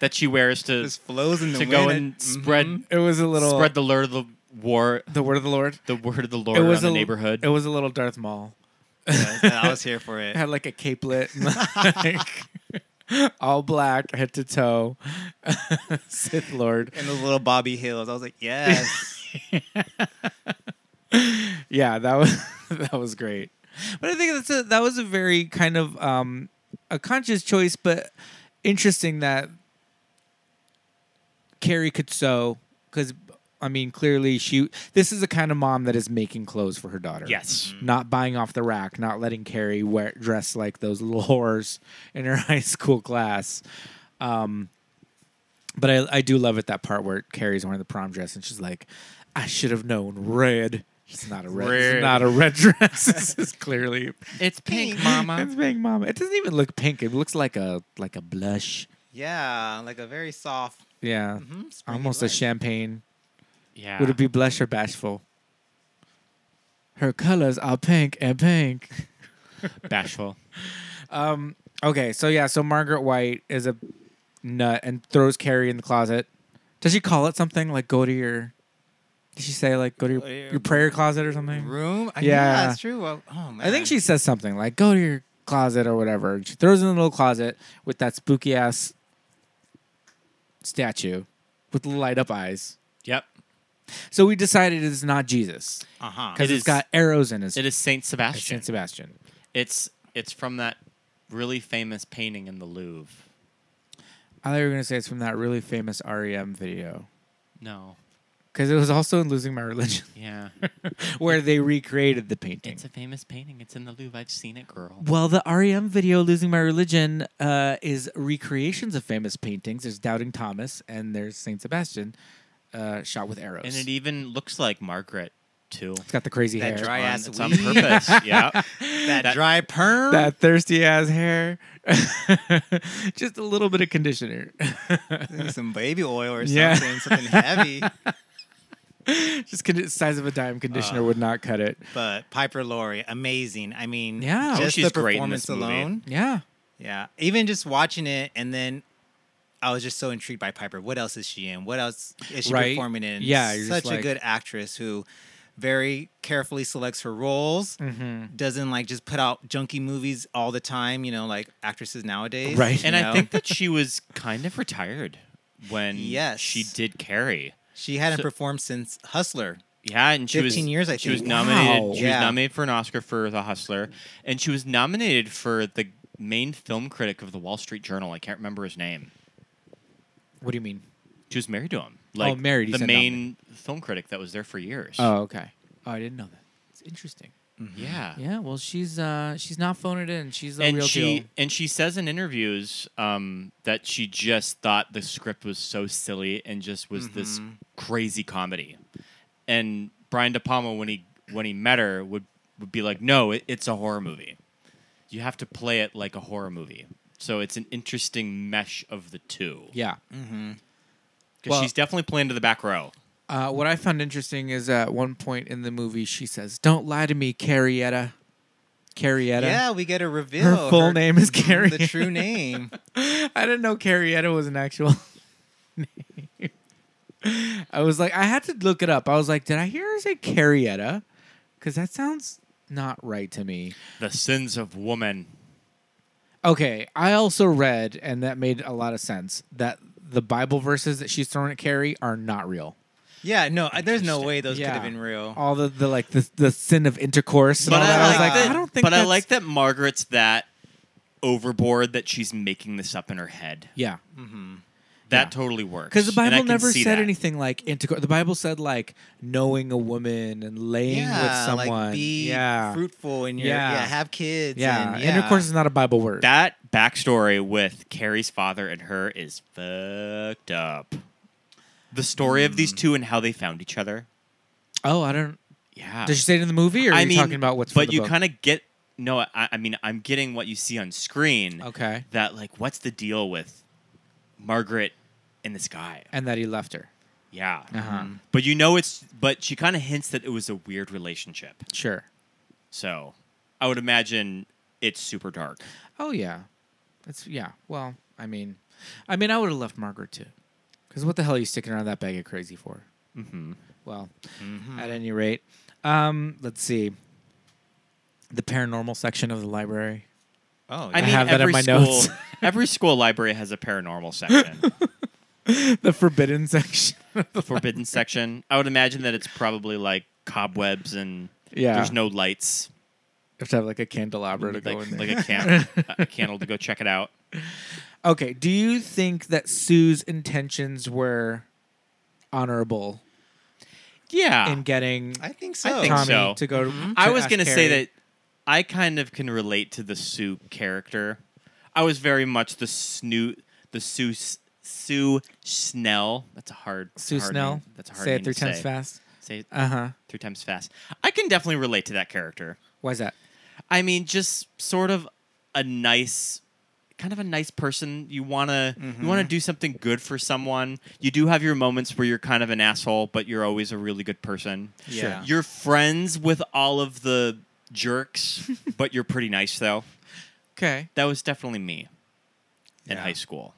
S4: that she wears to
S5: just flows in the
S4: to
S5: wind.
S4: go and spread
S3: it was a little
S4: spread the lure of the war
S3: the word of the Lord.
S4: the word of the Lord
S3: It was
S4: on
S3: a
S4: the neighborhood.
S3: It was a little Darth Maul.
S5: Yes, I was here for it.
S3: It had like a capelet, and, like, all black, head to toe. Sith Lord.
S5: And those little Bobby Hills. I was like, yes.
S3: Yeah, that was that was great. But I think that's a that was a very kind of um a conscious choice, but interesting that Carrie could sew because I mean clearly she this is the kind of mom that is making clothes for her daughter.
S4: Yes.
S3: Not buying off the rack, not letting Carrie wear dress like those little whores in her high school class. But I, I do love it that part where Carrie's wearing the prom dress and she's like, I should have known red. It's not a red.
S4: Red.
S3: It's not a red dress. this is clearly
S4: It's pink, mama.
S3: it's pink, mama. It doesn't even look pink. It looks like a like a blush. Mm-hmm.
S5: yeah, like a very soft,
S3: Yeah,
S5: springy
S3: almost a
S5: blush.
S3: champagne.
S4: Yeah.
S3: Would it be blush or bashful? Ah. Her colors are pink and pink. Um,
S4: bashful?
S3: Okay, so yeah, so Margaret White is a nut and throws Carrie in the closet. Does she call it something like go to your? Did she say like go to your, your prayer closet or something?
S5: room. I-
S3: Yeah.
S5: that's true. Well, oh man,
S3: I think she says something like go to your closet or whatever. And she throws it in the little closet with that spooky ass statue with light up eyes.
S4: Yep.
S3: So we decided it's not Jesus
S5: Uh huh.
S3: because
S4: It
S3: it's
S4: is-
S3: got arrows in his.
S4: It is Saint
S3: it's
S4: Sebastian.
S3: Saint Sebastian.
S4: It's it's from that really famous painting in the Louvre.
S3: I thought you were gonna say it's from that really famous REM video
S4: No.
S3: because it was also in Losing My Religion.
S4: Yeah.
S3: where they recreated the painting.
S4: it's a famous painting. It's in the Louvre. I've seen it, girl.
S3: well, the REM video "Losing My Religion" uh, is recreations of famous paintings. There's Doubting Thomas and there's Saint Sebastian, uh, shot with arrows.
S4: And it even looks like Margaret too.
S3: It's got the crazy
S5: That
S3: hair.
S5: dry
S4: On-
S5: ass
S4: it's on
S5: weave.
S4: purpose. yeah.
S5: that, dry perm.
S3: that thirsty ass hair. Just a little bit of conditioner.
S5: some baby oil or something,
S3: Yeah.
S5: something heavy.
S3: Just con- size of a dime conditioner
S5: Uh.
S3: would not cut it.
S5: But Piper Laurie, amazing. I mean,
S3: Yeah. Oh,
S5: just
S4: she's
S5: the
S4: great in
S5: performance
S4: this movie.
S5: alone.
S3: Yeah.
S5: Yeah, even just watching it, and then I was just so intrigued by Piper. What else is she in? What else is she
S3: Right.
S5: performing in?
S3: Yeah, you're just
S5: such
S3: like-
S5: a good actress who very carefully selects her roles.
S3: Mm-hmm.
S5: Doesn't like just put out junky movies all the time. You know, like actresses nowadays.
S3: Right.
S5: you
S4: And I
S5: know?
S4: think that she was kind of retired when
S5: Yes.
S4: she did Carrie.
S5: she hadn't
S4: so-
S5: performed since Hustler.
S4: Yeah, and she was
S5: 15 years, I
S4: She was
S5: think.
S4: nominated.
S3: Wow.
S4: She
S5: Yeah.
S4: was nominated for an Oscar for The Hustler, and she was nominated for the main film critic of the Wall Street Journal. I can't remember his name.
S3: What do you mean?
S4: She was married to him. Like
S3: Oh, married, you
S4: the
S3: said
S4: main film critic that was there for years.
S3: Oh, okay. Oh, I didn't know that. It's interesting.
S4: yeah.
S3: Mm-hmm. Yeah. Well, she's uh she's not phoning it in. She's the
S4: And
S3: real
S4: she
S3: deal.
S4: and she says in interviews um, that she just thought the script was so silly and just was this
S3: Mm-hmm.
S4: crazy comedy. And Brian De Palma, when he when he met her, would would be like, "No, it, it's a horror movie. You have to play it like a horror movie." So it's an interesting mesh of the two.
S3: Yeah.
S4: because
S3: well-
S4: she's definitely playing to the back row.
S3: Uh, what I found interesting is at one point in the movie she says, "Don't lie to me, Carrietta." Carrietta.
S5: Yeah, we get a reveal.
S3: Her full name is Carrie.
S5: The true name.
S3: I didn't know Carrietta was an actual name. I was like, I had to look it up. I was like, did I hear her say Carrietta? Because that sounds not right to me.
S4: The sins of woman.
S3: Okay, I also read, and that made a lot of sense, that the Bible verses that she's throwing at Carrie are not real.
S5: Yeah, no, I- there's no
S4: Interesting.
S5: way those
S3: Yeah.
S5: could have been real.
S3: All the, the like the, the sin of intercourse. And
S4: But
S3: all that.
S4: I,
S3: I was
S4: like
S3: like,
S4: that,
S3: I don't think.
S4: But I
S3: that's-
S4: like that Margaret's that overboard that she's making this up in her head.
S3: Yeah,
S4: That totally works.
S3: because the
S4: And
S3: Bible
S4: I can
S3: never
S4: see
S3: said
S4: that.
S3: anything like intercourse. The Bible said like knowing a woman and laying
S5: yeah,
S3: with someone.
S5: like be
S3: yeah,
S5: fruitful and your
S3: Yeah.
S5: yeah. have kids.
S3: yeah.
S5: and, yeah.
S3: Intercourse is not a Bible word.
S4: That backstory with Carrie's father and her is fucked up. The story of
S3: Hmm.
S4: these two and how they found each other.
S3: oh, I don't.
S4: Yeah.
S3: Does she say it in the movie, or are
S4: I
S3: you
S4: mean,
S3: talking about what's?
S4: But
S3: for the
S4: you
S3: book?
S4: kind of get no. I, I mean, I'm getting what you see on screen.
S3: okay,
S4: That like, what's the deal with Margaret and this guy?
S3: and that he left her.
S4: Yeah.
S3: Uh-huh.
S4: But you know it's. But she kind of hints that it was a weird relationship.
S3: Sure.
S4: So, I would imagine it's super dark.
S3: Oh yeah, that's yeah. Well, I mean, I mean, I would have left Margaret too, because what the hell are you sticking around that bag of crazy for? Mm-hmm. Well,
S4: Mm-hmm.
S3: at any rate, um, let's see. The paranormal section of the library.
S5: Oh,
S4: I
S5: yeah.
S4: mean,
S3: have that in
S4: every
S3: my
S4: school,
S3: notes.
S4: every school library has a paranormal section,
S3: The forbidden section.
S4: forbidden section. I would imagine that it's probably like cobwebs and
S3: Yeah.
S4: there's no lights,
S3: have to have like a candelabra to
S4: like,
S3: go in there.
S4: like a, can- a candle to go check it out.
S3: okay, do you think that Sue's intentions were honorable
S4: Yeah,
S3: in getting
S5: I think so.
S4: Ah, I think
S3: Tommy
S4: so. Mm-hmm.
S3: to go? To,
S4: I was
S3: going
S4: gonna say that I kind of can relate to the Sue character. I was very much the Snoo, the Sue, Sue Snell. That's a hard that's a
S3: Sue
S4: hard
S3: Snell.
S4: name. That's a hard
S3: say
S4: name
S3: it three
S4: to
S3: times
S4: say.
S3: fast.
S4: Say it
S3: Uh huh.
S4: three times fast. I can definitely relate to that character.
S3: Why is that?
S4: I mean, just sort of a nice, kind of a nice person. You wanna you wanna do something good for someone. You do have your moments where you're kind of an asshole, but you're always a really good person.
S5: Yeah.
S4: You're friends with all of the jerks, but you're pretty nice though.
S3: Okay.
S4: That was definitely me in
S5: Yeah.
S4: high school.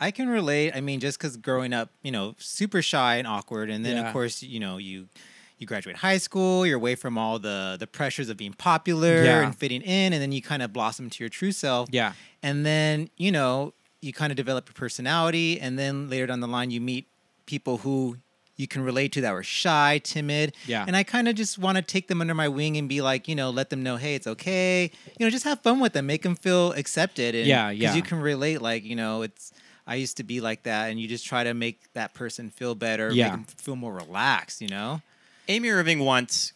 S5: I can relate. I mean, just because growing up, you know, super shy and awkward, and then
S3: Yeah.
S5: of course, you know, you you graduate high school, you're away from all the the pressures of being popular
S3: Yeah.
S5: and fitting in, and then you kind of blossom to your true self.
S3: Yeah.
S5: and then you know you kind of develop your personality, and then later down the line, you meet people who you can relate to that were shy, timid.
S3: Yeah.
S5: and I kind of just want to take them under my wing and be like, you know, let them know, hey, it's okay. You know, just have fun with them, make them feel accepted. And
S3: Yeah,
S5: 'cause
S3: yeah.
S5: You can relate, like you know, it's I used to be like that, and you just try to make that person feel better,
S3: Yeah.
S5: make them feel more relaxed. You know,
S4: Amy Irving wants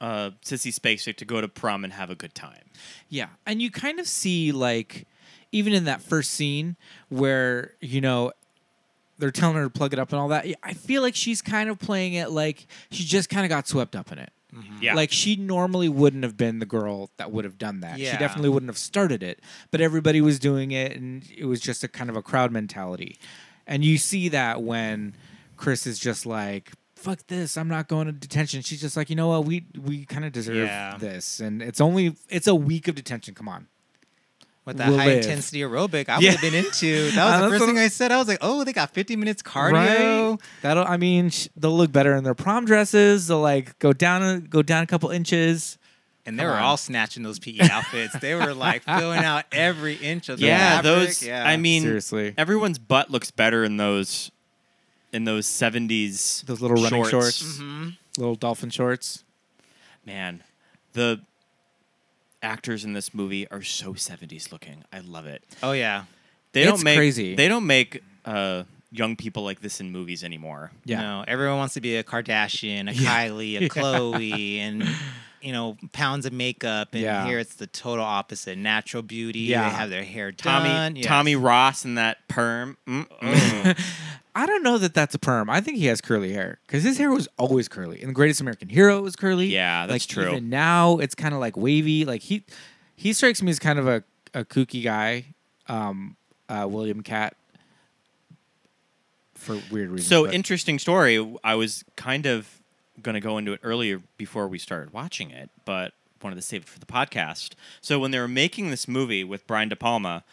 S4: uh, Sissy Spacek to go to prom and have a good time.
S3: Yeah. And you kind of see like even in that first scene where, you know, they're telling her to plug it up and all that. I feel like she's kind of playing it like she just kind of got swept up in it.
S4: Yeah.
S3: Like she normally wouldn't have been the girl that would have done that. She
S5: Yeah.
S3: definitely wouldn't have started it, but everybody was doing it and it was just a kind of a crowd mentality. And you see that when Chris is just like fuck this, I'm not going to detention. She's just like, "You know what? We we kind of deserve
S5: Yeah.
S3: this." And it's only it's a week of detention. Come on.
S5: With that
S3: Will
S5: high
S3: live.
S5: intensity aerobic, I
S3: Yeah.
S5: would have been into.
S3: Uh,
S5: That was
S3: that's
S5: the first
S3: what-
S5: thing I said. I was like, oh, they got 50 minutes cardio.
S3: Right? That'll. I mean, sh- they'll look better in their prom dresses. They'll like go down, go down a couple inches.
S5: And they
S3: Come
S5: were
S3: on.
S5: all snatching those PE outfits. they were like filling out every inch of the
S4: yeah,
S5: fabric.
S4: those.
S5: Yeah.
S4: I mean,
S3: Seriously.
S4: everyone's butt looks better in those, in those seventies.
S3: Those little running shorts.
S5: Mm-hmm.
S3: Little dolphin shorts.
S4: Man, the actors in this movie are so seventies looking. I love it.
S5: oh yeah,
S4: They
S3: It's
S4: don't make
S3: crazy.
S4: They don't make uh, young people like this in movies anymore.
S3: Yeah.
S5: No, everyone wants to be a Kardashian, a Kylie, a Chloe, and you know, pounds of makeup. And
S3: Yeah.
S5: here it's the total opposite: natural beauty.
S3: Yeah.
S5: They have their hair
S4: Tommy
S5: done. Yes. Oh
S4: Tommy Ross and that perm. Mm, mm.
S3: I don't know that that's a perm. I think he has curly hair because his hair was always curly. In the Greatest American Hero, it was curly.
S4: Yeah, that's
S3: like,
S4: true.
S3: Even now, it's kind of like wavy. Like he, he strikes me as kind of a, a kooky guy, um, uh, William Cat. For weird reasons.
S4: so
S3: but-
S4: interesting story. I was kind of gonna go into it earlier before we started watching it, but wanted to save it for the podcast. So when they were making this movie with Brian De Palma,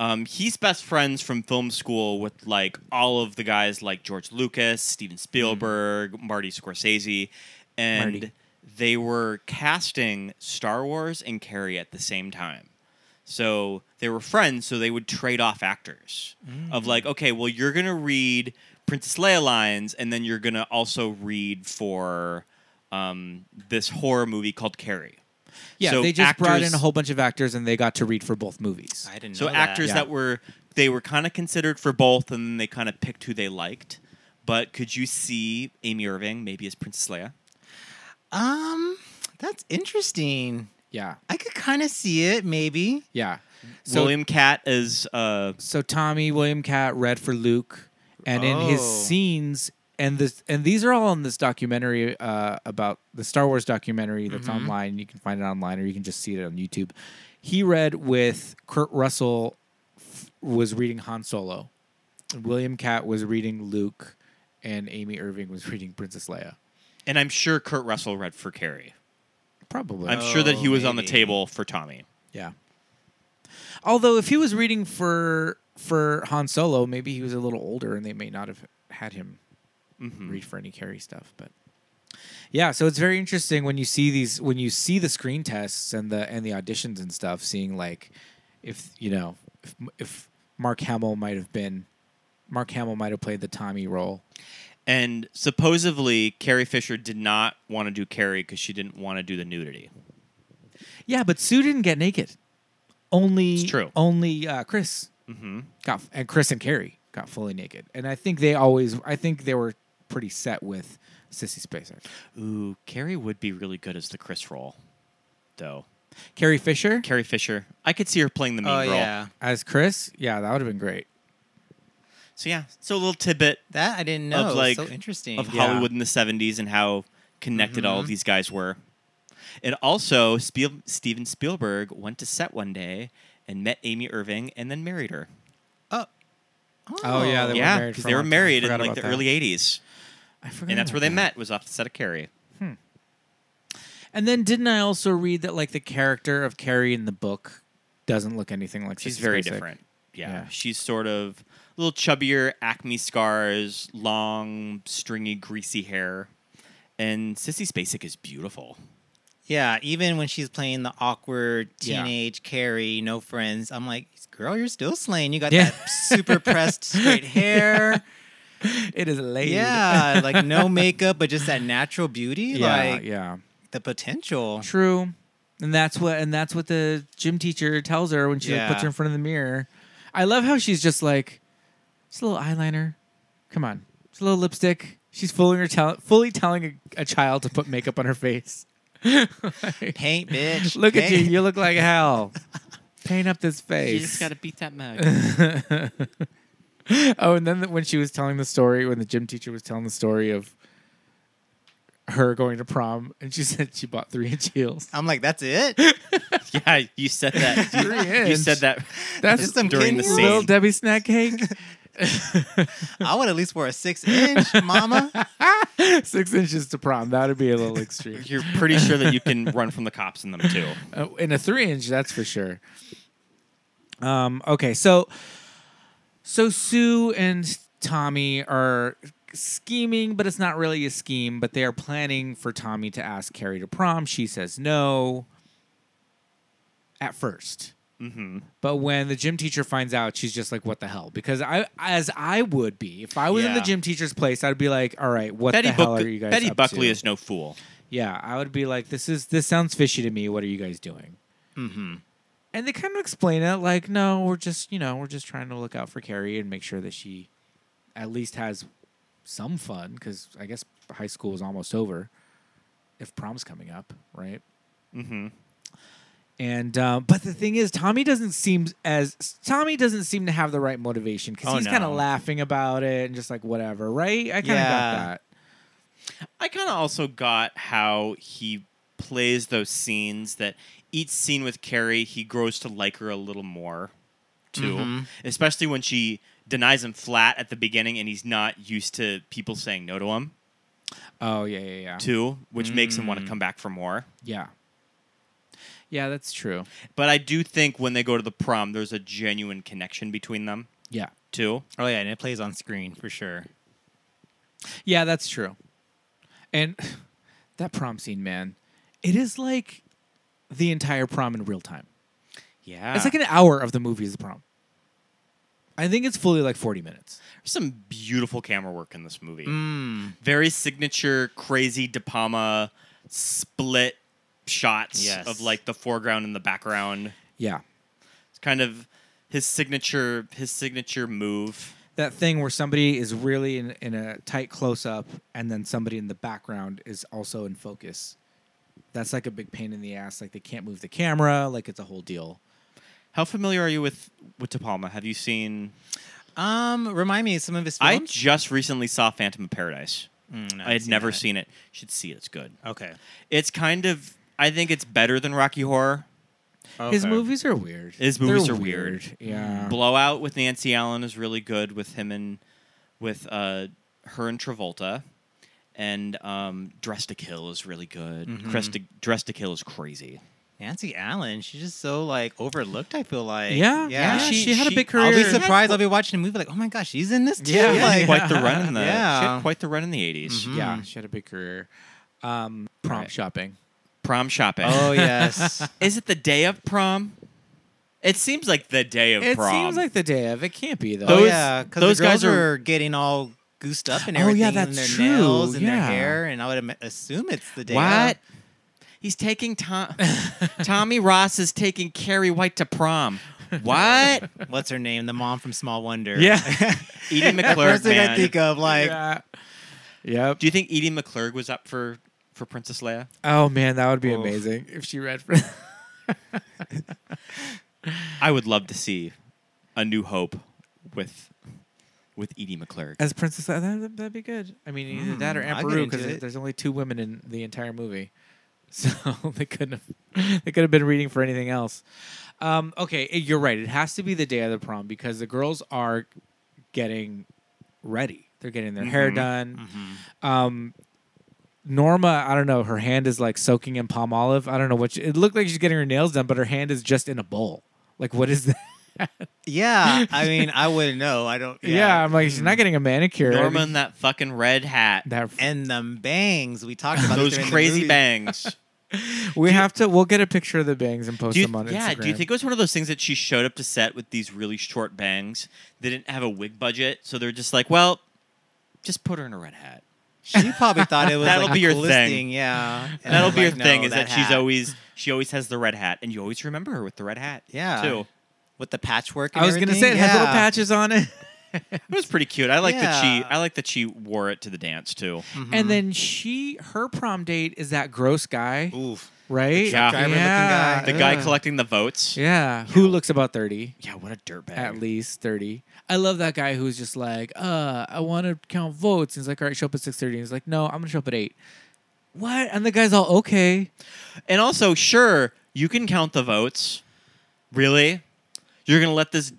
S4: um, he's best friends from film school with like all of the guys like George Lucas, Steven Spielberg, Marty Scorsese, and
S3: Marty.
S4: they were casting Star Wars and Carrie at the same time. So they were friends, so they would trade off actors
S3: Mm.
S4: of like, okay, well, you're gonna read Princess Leia lines, and then you're gonna also read for um, this horror movie called Carrie.
S3: yeah,
S4: so
S3: they just brought
S4: actors-
S3: in a whole bunch of actors and they got to read for both movies.
S5: I didn't know
S4: So actors
S5: that.
S3: Yeah.
S4: that were they were kind of considered for both, and then they kind of picked who they liked. But could you see Amy Irving maybe as Princess Leia?
S5: Um, that's interesting.
S3: Yeah,
S5: I could kind of see it, maybe.
S3: yeah. So
S4: Mm. William Cat as uh,
S3: so Tommy William Cat read for Luke, and in his
S5: Oh.
S3: scenes, and this, and these are all in this documentary uh, about the Star Wars documentary that's online. You can find it online, or you can just see it on YouTube. He read with Kurt Russell, f- was reading Han Solo, and William Cat was reading Luke, and Amy Irving was reading Princess Leia.
S4: and I'm sure Kurt Russell read for Carrie.
S3: Probably,
S4: I'm sure that he
S5: Oh,
S4: was on the
S5: maybe.
S4: table for Tommy.
S3: yeah. Although if he was reading for for Han Solo, maybe he was a little older, and they may not have had him
S4: Mhm.
S3: read for any carry stuff but yeah so it's very interesting when you see these when you see the screen tests and the and the auditions and stuff seeing like if you know if, if mark hamill might have been mark hamill might have played the tommy role
S4: And supposedly, Carrie Fisher did not want to do Carrie because she didn't want to do the nudity.
S3: yeah but sue didn't get naked only
S4: It's true.
S3: only uh, chris
S4: Mm-hmm.
S3: got and chris and carrie got fully naked and i think they always i think they were pretty set with sissy spacer
S4: Ooh, Carrie would be really good as the Chris role, though.
S3: carrie fisher
S4: Carrie Fisher, I could see her playing the mean
S5: oh
S4: girl.
S5: yeah,
S3: as chris yeah that would have been great
S4: So yeah, so a little tidbit
S5: that I didn't know.
S4: of like
S5: so interesting.
S4: of
S3: Yeah. Mm-hmm.
S4: Hollywood in the '70s and how connected all of these guys were. And also, Spiel- Steven Spielberg went to set one day and met Amy Irving and then married her.
S3: Oh, yeah, They were
S4: yeah,
S3: married
S4: because
S3: for
S4: they
S3: a
S4: were
S3: long time.
S4: married in
S3: Forgot
S4: like
S3: about
S4: the
S3: that. Mm.
S4: early '80s,
S3: I forgot
S4: and that's where
S3: about
S4: they
S3: that.
S4: met. Was off the set of Carrie.
S3: And then didn't I also read that like the character of Carrie in the book doesn't look anything like
S4: She's
S3: Sissy
S4: very
S3: Spacek?
S4: different. Yeah.
S3: Yeah.
S4: She's sort of a little chubbier, acne scars, long, stringy, greasy hair. And Sissy Spacek is beautiful.
S5: yeah, even when she's playing the awkward
S3: Yeah.
S5: teenage Carrie, no friends. I'm like, girl, you're still slaying. You got
S3: Yeah.
S5: that super pressed straight hair.
S3: It is late.
S5: Yeah, like no makeup, but just that natural beauty.
S3: yeah,
S5: like
S3: yeah.
S5: the potential.
S3: True. And that's what and that's what the gym teacher tells her when she like, puts
S5: Yeah.
S3: her in front of the mirror. I love how she's just like just a little eyeliner. Come on. Just a little lipstick. She's fooling her tell- fully telling a, a child to put makeup on her face.
S5: Paint, bitch.
S3: Look at you.
S5: paint.
S3: You look like hell. Paint up this face.
S4: gotta beat that mug.
S3: oh, and then when she was telling the story, when the gym teacher was telling the story of her going to prom, and she said she bought three inch heels.
S5: I'm like, that's it.
S4: Yeah, you said that. You,
S3: Three
S4: you
S3: inch.
S4: said that
S3: That's
S5: Just some
S4: during the
S5: kidney
S4: scene.
S3: little Debbie snack cake,
S5: I would at least wear a six inch, mama.
S3: six inches to prom. That would be a little extreme.
S4: You're pretty sure that you can run from the cops in them too.
S3: uh, in a three inch, that's for sure. Um, okay, so so Sue and Tommy are scheming, but it's not really a scheme. But they are planning for Tommy to ask Carrie to prom. She says no. At 1st mm-hmm. but when the gym teacher finds out, she's just like, "What the hell?" Because I, as I would be, if I was in the
S4: Yeah.
S3: gym teacher's place, I'd be like, "All right, what
S4: Betty,
S3: the hell
S4: Buck-
S3: are you guys?"
S4: Betty
S3: up
S4: Buckley
S3: to?
S4: is no fool.
S3: Yeah, I would be like, this is this sounds fishy to me. What are you guys doing? Mm-hmm. And they kind of explain it like, no, we're just you know we're just trying to look out for Carrie and make sure that she at least has some fun because I guess high school is almost over if prom's coming up, right? Mm-hmm. And uh, but the thing is, Tommy doesn't seem as Tommy doesn't seem to have the right motivation because
S4: Oh,
S3: he's kind of
S4: no.
S3: laughing about it and just like whatever, right? I kind of
S5: Yeah.
S3: got that.
S4: I kind of also got how he plays those scenes that each scene with Carrie, he grows to like her a little more, too.
S5: Mm-hmm.
S4: Especially when she denies him flat at the beginning and he's not used to people saying no to him,
S3: Oh yeah, yeah, yeah,
S4: too, which makes him
S5: Mm.
S4: want to come back for more.
S3: yeah, yeah. That's true.
S4: But I do think when they go to the prom, there's a genuine connection between them,
S3: Yeah.
S4: too.
S5: Oh yeah, and it plays on screen for sure.
S3: Yeah, that's true. And that prom scene, man, it is like the entire prom in real time.
S4: Yeah.
S3: It's like an hour of the movie is the prom. I think it's fully like 40 minutes.
S4: There's some beautiful camera work in this movie. Very signature, crazy De Palma split shots
S5: Yes.
S4: of like the foreground and the background.
S3: Yeah.
S4: It's kind of his signature, his signature move.
S3: That thing where somebody is really in, in a tight close up and then somebody in the background is also in focus. That's like a big pain in the ass. Like they can't move the camera. Like it's a whole deal.
S4: How familiar are you with with De Palma? Have you seen?
S5: Um, remind me of some of his
S4: I
S5: films.
S4: just recently saw Phantom of Paradise.
S5: Mm, no,
S4: I had
S5: seen
S4: never
S5: that.
S4: seen it. Should see it. It's good.
S5: Okay.
S4: It's kind of. I think it's better than Rocky Horror.
S3: His
S5: Okay.
S3: movies are weird.
S4: His
S3: They're
S4: movies are weird.
S5: Mm.
S3: Yeah.
S4: Blowout with Nancy Allen is really good with him and with uh, her and Travolta. And um, Dress to Kill is really good.
S5: Mm-hmm.
S4: Dress, to, Dress to Kill is crazy.
S5: Nancy Allen, she's just so like overlooked. I feel like.
S3: Yeah,
S5: yeah.
S3: yeah,
S5: she,
S3: she had a big
S5: I'll be
S3: career.
S5: surprised. I'll be watching a movie like, oh my gosh, she's in this too.
S3: Yeah.
S4: She had
S5: like,
S4: quite the run in the
S5: Yeah. Mm-hmm.
S4: she had quite the run in the 80s
S3: Yeah, she had a big career. Um, prom shopping.
S4: Prom shopping.
S5: Oh yes.
S4: Is it the day of prom? It seems like the day of
S3: It
S4: prom.
S3: seems like the day of. It can't be though.
S5: oh
S4: Those-
S5: yeah, because
S4: those
S5: the girls
S4: guys are-
S5: are getting all goosed up and
S3: Oh,
S5: everything.
S3: yeah,
S5: and
S3: that's
S5: their
S3: true,
S5: Nails and
S3: yeah.
S5: their hair, and I would am- assume it's the day.
S4: what?
S5: of.
S4: He's taking Tom. Tommy Ross is taking Carrie White to prom. What?
S5: What's her name? The mom from Small Wonder.
S3: Yeah.
S4: Edie
S5: That's the
S4: McClurg.
S5: first thing
S4: man.
S5: I think of. Like,
S3: yeah. Yep.
S4: Do you think Edie McClurg was up for for Princess Leia?
S3: Oh man, that would be
S5: Oof.
S3: amazing if she read for.
S4: I would love to see a New Hope with with Edie McClurg.
S3: As Princess, that, that, that'd be good. I mean, either that or
S5: Mm, I'd
S3: Aunt
S5: get
S3: Peru,
S5: into
S3: because
S5: it.
S3: there's only two women in the entire movie, so they couldn't have they could have been reading for anything else. Um, okay, eh, you're right. It has to be the day of the prom because the girls are getting ready. They're getting their hair done. Um, Norma, I don't know. Her hand is like soaking in palm olive. I don't know what she- it looked like. She's getting her nails done, but her hand is just in a bowl. Like, what is that?
S5: yeah. I mean, I wouldn't know. I don't.
S3: Yeah, I'm like, she's not getting a manicure.
S4: Norma in that fucking red hat.
S3: that
S5: And the bangs we talked about.
S4: Those
S5: during the
S4: crazy
S5: movie.
S4: bangs.
S3: We have to. We'll get a picture of the bangs and post
S4: Do you,
S3: them on
S4: yeah,
S3: Instagram.
S4: do you think it was one of those things that she showed up to set with these really short bangs? They didn't have a wig budget, so they're just like, well, just put her in a red hat.
S5: She probably thought it was
S4: That'll
S5: like,
S4: be
S5: the
S4: your
S5: coolest
S4: thing.
S5: Yeah, And I
S4: That'll
S5: was
S4: be her
S5: like,
S4: thing
S5: no,
S4: is that, she's
S5: hat.
S4: always she always has the red hat, and you always remember her with the red hat.
S5: Yeah.
S4: too.
S5: with the patchwork. And
S3: I was gonna say it
S5: everything.
S3: has little
S5: Yeah.
S3: patches on it,
S4: It was pretty cute. I like that she
S5: Yeah. Mm.
S4: I like that she wore it to the dance too.
S3: and then she her prom date is that gross guy.
S5: Oof.
S3: right?
S4: Yeah.
S5: driver looking
S3: yeah.
S5: guy.
S4: The guy
S3: yeah.
S4: collecting the votes.
S3: Yeah, who looks about thirty?
S4: Yeah, what a dirtbag.
S3: at least 30 i love that guy who's just like uh i want to count votes he's like all right show up at 6.30 he's like no i'm gonna show up at 8 what and the guy's all okay
S4: And also, sure, you can count the votes. Really? You're gonna let this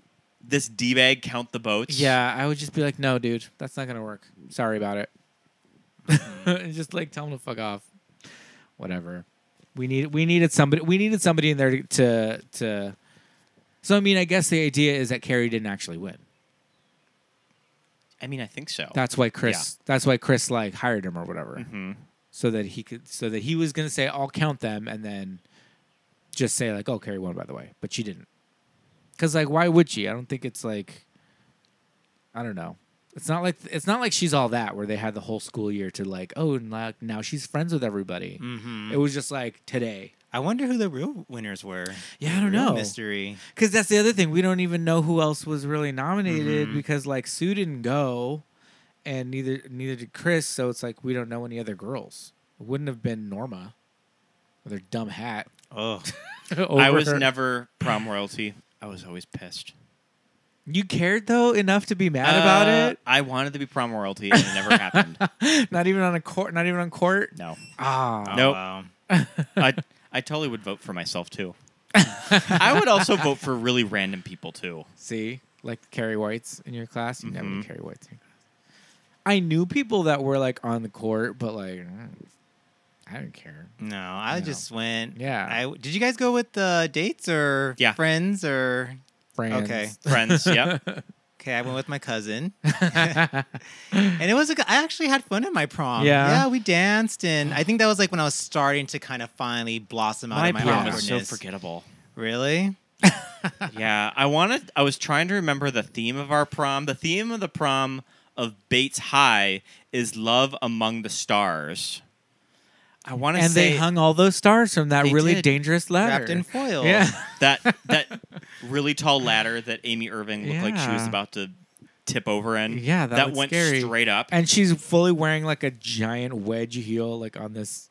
S4: this d bag count the votes?
S3: yeah i would just be like no dude that's not gonna work sorry about it and just like tell him to fuck off whatever we need we needed somebody we needed somebody in there to to, to so i mean i guess the idea is that carrie didn't actually win
S4: I mean, I think so.
S3: That's why Chris. That's why Chris like hired him or whatever, so that he could. So that he was gonna say, "I'll count them," and then just say like, "Oh, Carrie won, by the way," but she didn't. Because like, why would she? I don't think it's like. I don't know. It's not like it's not like she's all that where they had the whole school year to like, oh, and like now she's friends with everybody. It was just like today.
S5: I wonder who the real winners were.
S3: Yeah, I don't
S5: Real
S3: know.
S5: Mystery.
S3: Because that's the other thing. We don't even know who else was really nominated
S4: Mm-hmm.
S3: because like Sue didn't go, and neither neither did Chris. So it's like we don't know any other girls. It wouldn't have been Norma with her dumb hat.
S5: Oh,
S4: I was
S3: over her.
S4: never prom royalty. I was always pissed.
S3: You cared though enough to be mad about
S4: Uh, I wanted to be prom royalty and it never happened.
S3: it. Not even on a court. Not even on court.
S4: No.
S5: Oh,
S3: Ah,
S4: Nope.
S5: wow.
S4: I I totally would vote for myself too. I would also vote for really random people too.
S3: see, like Carrie White's in your class. You never
S4: Mm-hmm.
S3: knew Carrie White's. In your class. I knew people that were like on the court, but like mm, I didn't care.
S5: No, I
S3: No.
S5: just went.
S3: Yeah.
S5: I did. You guys go with uh, dates or
S4: Yeah.
S5: friends or?
S3: Friends.
S5: Okay.
S4: Friends, yep.
S5: Okay, I went with my cousin, and it was. A, g- I actually had fun at my prom.
S3: Yeah?
S5: yeah, we danced, and I think that was like when I was starting to kind of finally blossom out
S4: My
S5: of my
S4: prom was
S5: awkwardness.
S4: so forgettable.
S5: Really?
S4: Yeah, I wanted. I was trying to remember the theme of our prom. The theme of the prom of Bates High is love among the stars. I want to
S3: and
S4: say
S3: they hung all those stars from that
S4: They
S3: really
S4: did.
S3: dangerous ladder.
S5: Wrapped in foil.
S3: Yeah.
S4: that that really tall ladder that Amy Irving looked like she was
S3: Yeah.
S4: about to tip over in.
S3: Yeah, that looked
S4: went
S3: scary.
S4: straight up.
S3: And she's fully wearing like a giant wedge heel, like on this.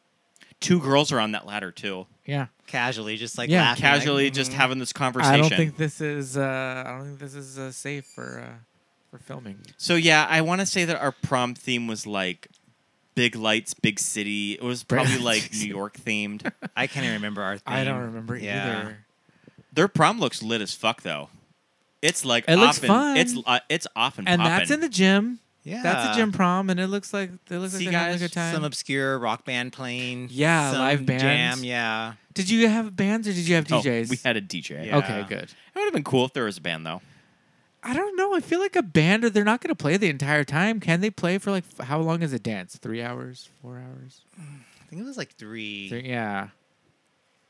S4: Two girls are on that ladder too,
S3: Yeah.
S5: Casually, just like
S3: Yeah.
S5: laughing, like,
S4: casually just
S5: mhm.
S4: having this conversation.
S3: Mm-hmm. I don't think this is. Uh, I don't think this is uh, safe for uh, for filming.
S4: So yeah, I want to say that our prom theme was like big lights, big city. It was
S3: Right.
S4: probably like New York themed.
S5: I can't even remember our. Theme.
S3: I don't remember
S5: Yeah.
S3: either.
S4: Their prom looks lit as fuck though. It's like
S3: It looks
S4: off and-
S3: fun.
S4: It's uh, it's off and
S3: And that's
S4: poppin'.
S3: in the gym.
S5: Yeah,
S3: That's a gym prom, and it looks like they look like
S4: See,
S3: they're having a
S4: guys,
S3: good time.
S5: Some obscure rock band playing.
S3: Yeah,
S5: some
S3: live band.
S5: Jam. Yeah.
S3: did you have bands or did you have
S4: Oh,
S3: DJs?
S4: we had a DJ.
S5: Yeah.
S3: Okay, good.
S4: It would have been cool if there was a band though.
S3: I don't know. I feel like a band, or they're not going to play the entire time. Can they play for like f- how long is a dance? Three hours, four hours?
S5: I think it was like three.
S3: Three- yeah.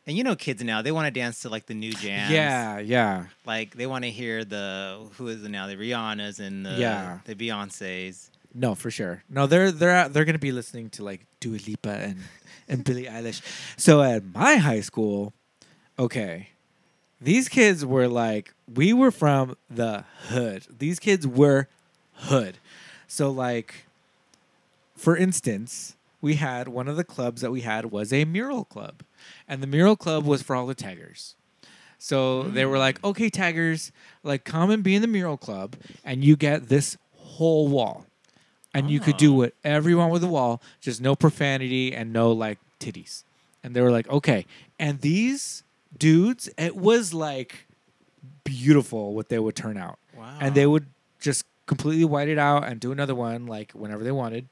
S5: And you know, kids now they want to dance to like the new jams.
S3: Yeah, yeah.
S5: Like they want to hear the who is it now the Rihannas and the
S3: Yeah.
S5: the Beyonces.
S3: No, for sure. No, they're they're they're gonna be listening to like Dua Lipa and and Billie Eilish. So at my high school, okay, these kids were like we were from the hood. These kids were hood. So like, for instance, we had one of the clubs that we had was a mural club, and the mural club was for all the taggers. So they were like, okay, taggers, like come and be in the mural club, and you get this whole wall. And you could do whatever you want with the wall, just no profanity and no like titties. And they were like, okay. And these dudes, it was like beautiful what they would turn out. And they would just completely white it out and do another one like whenever they wanted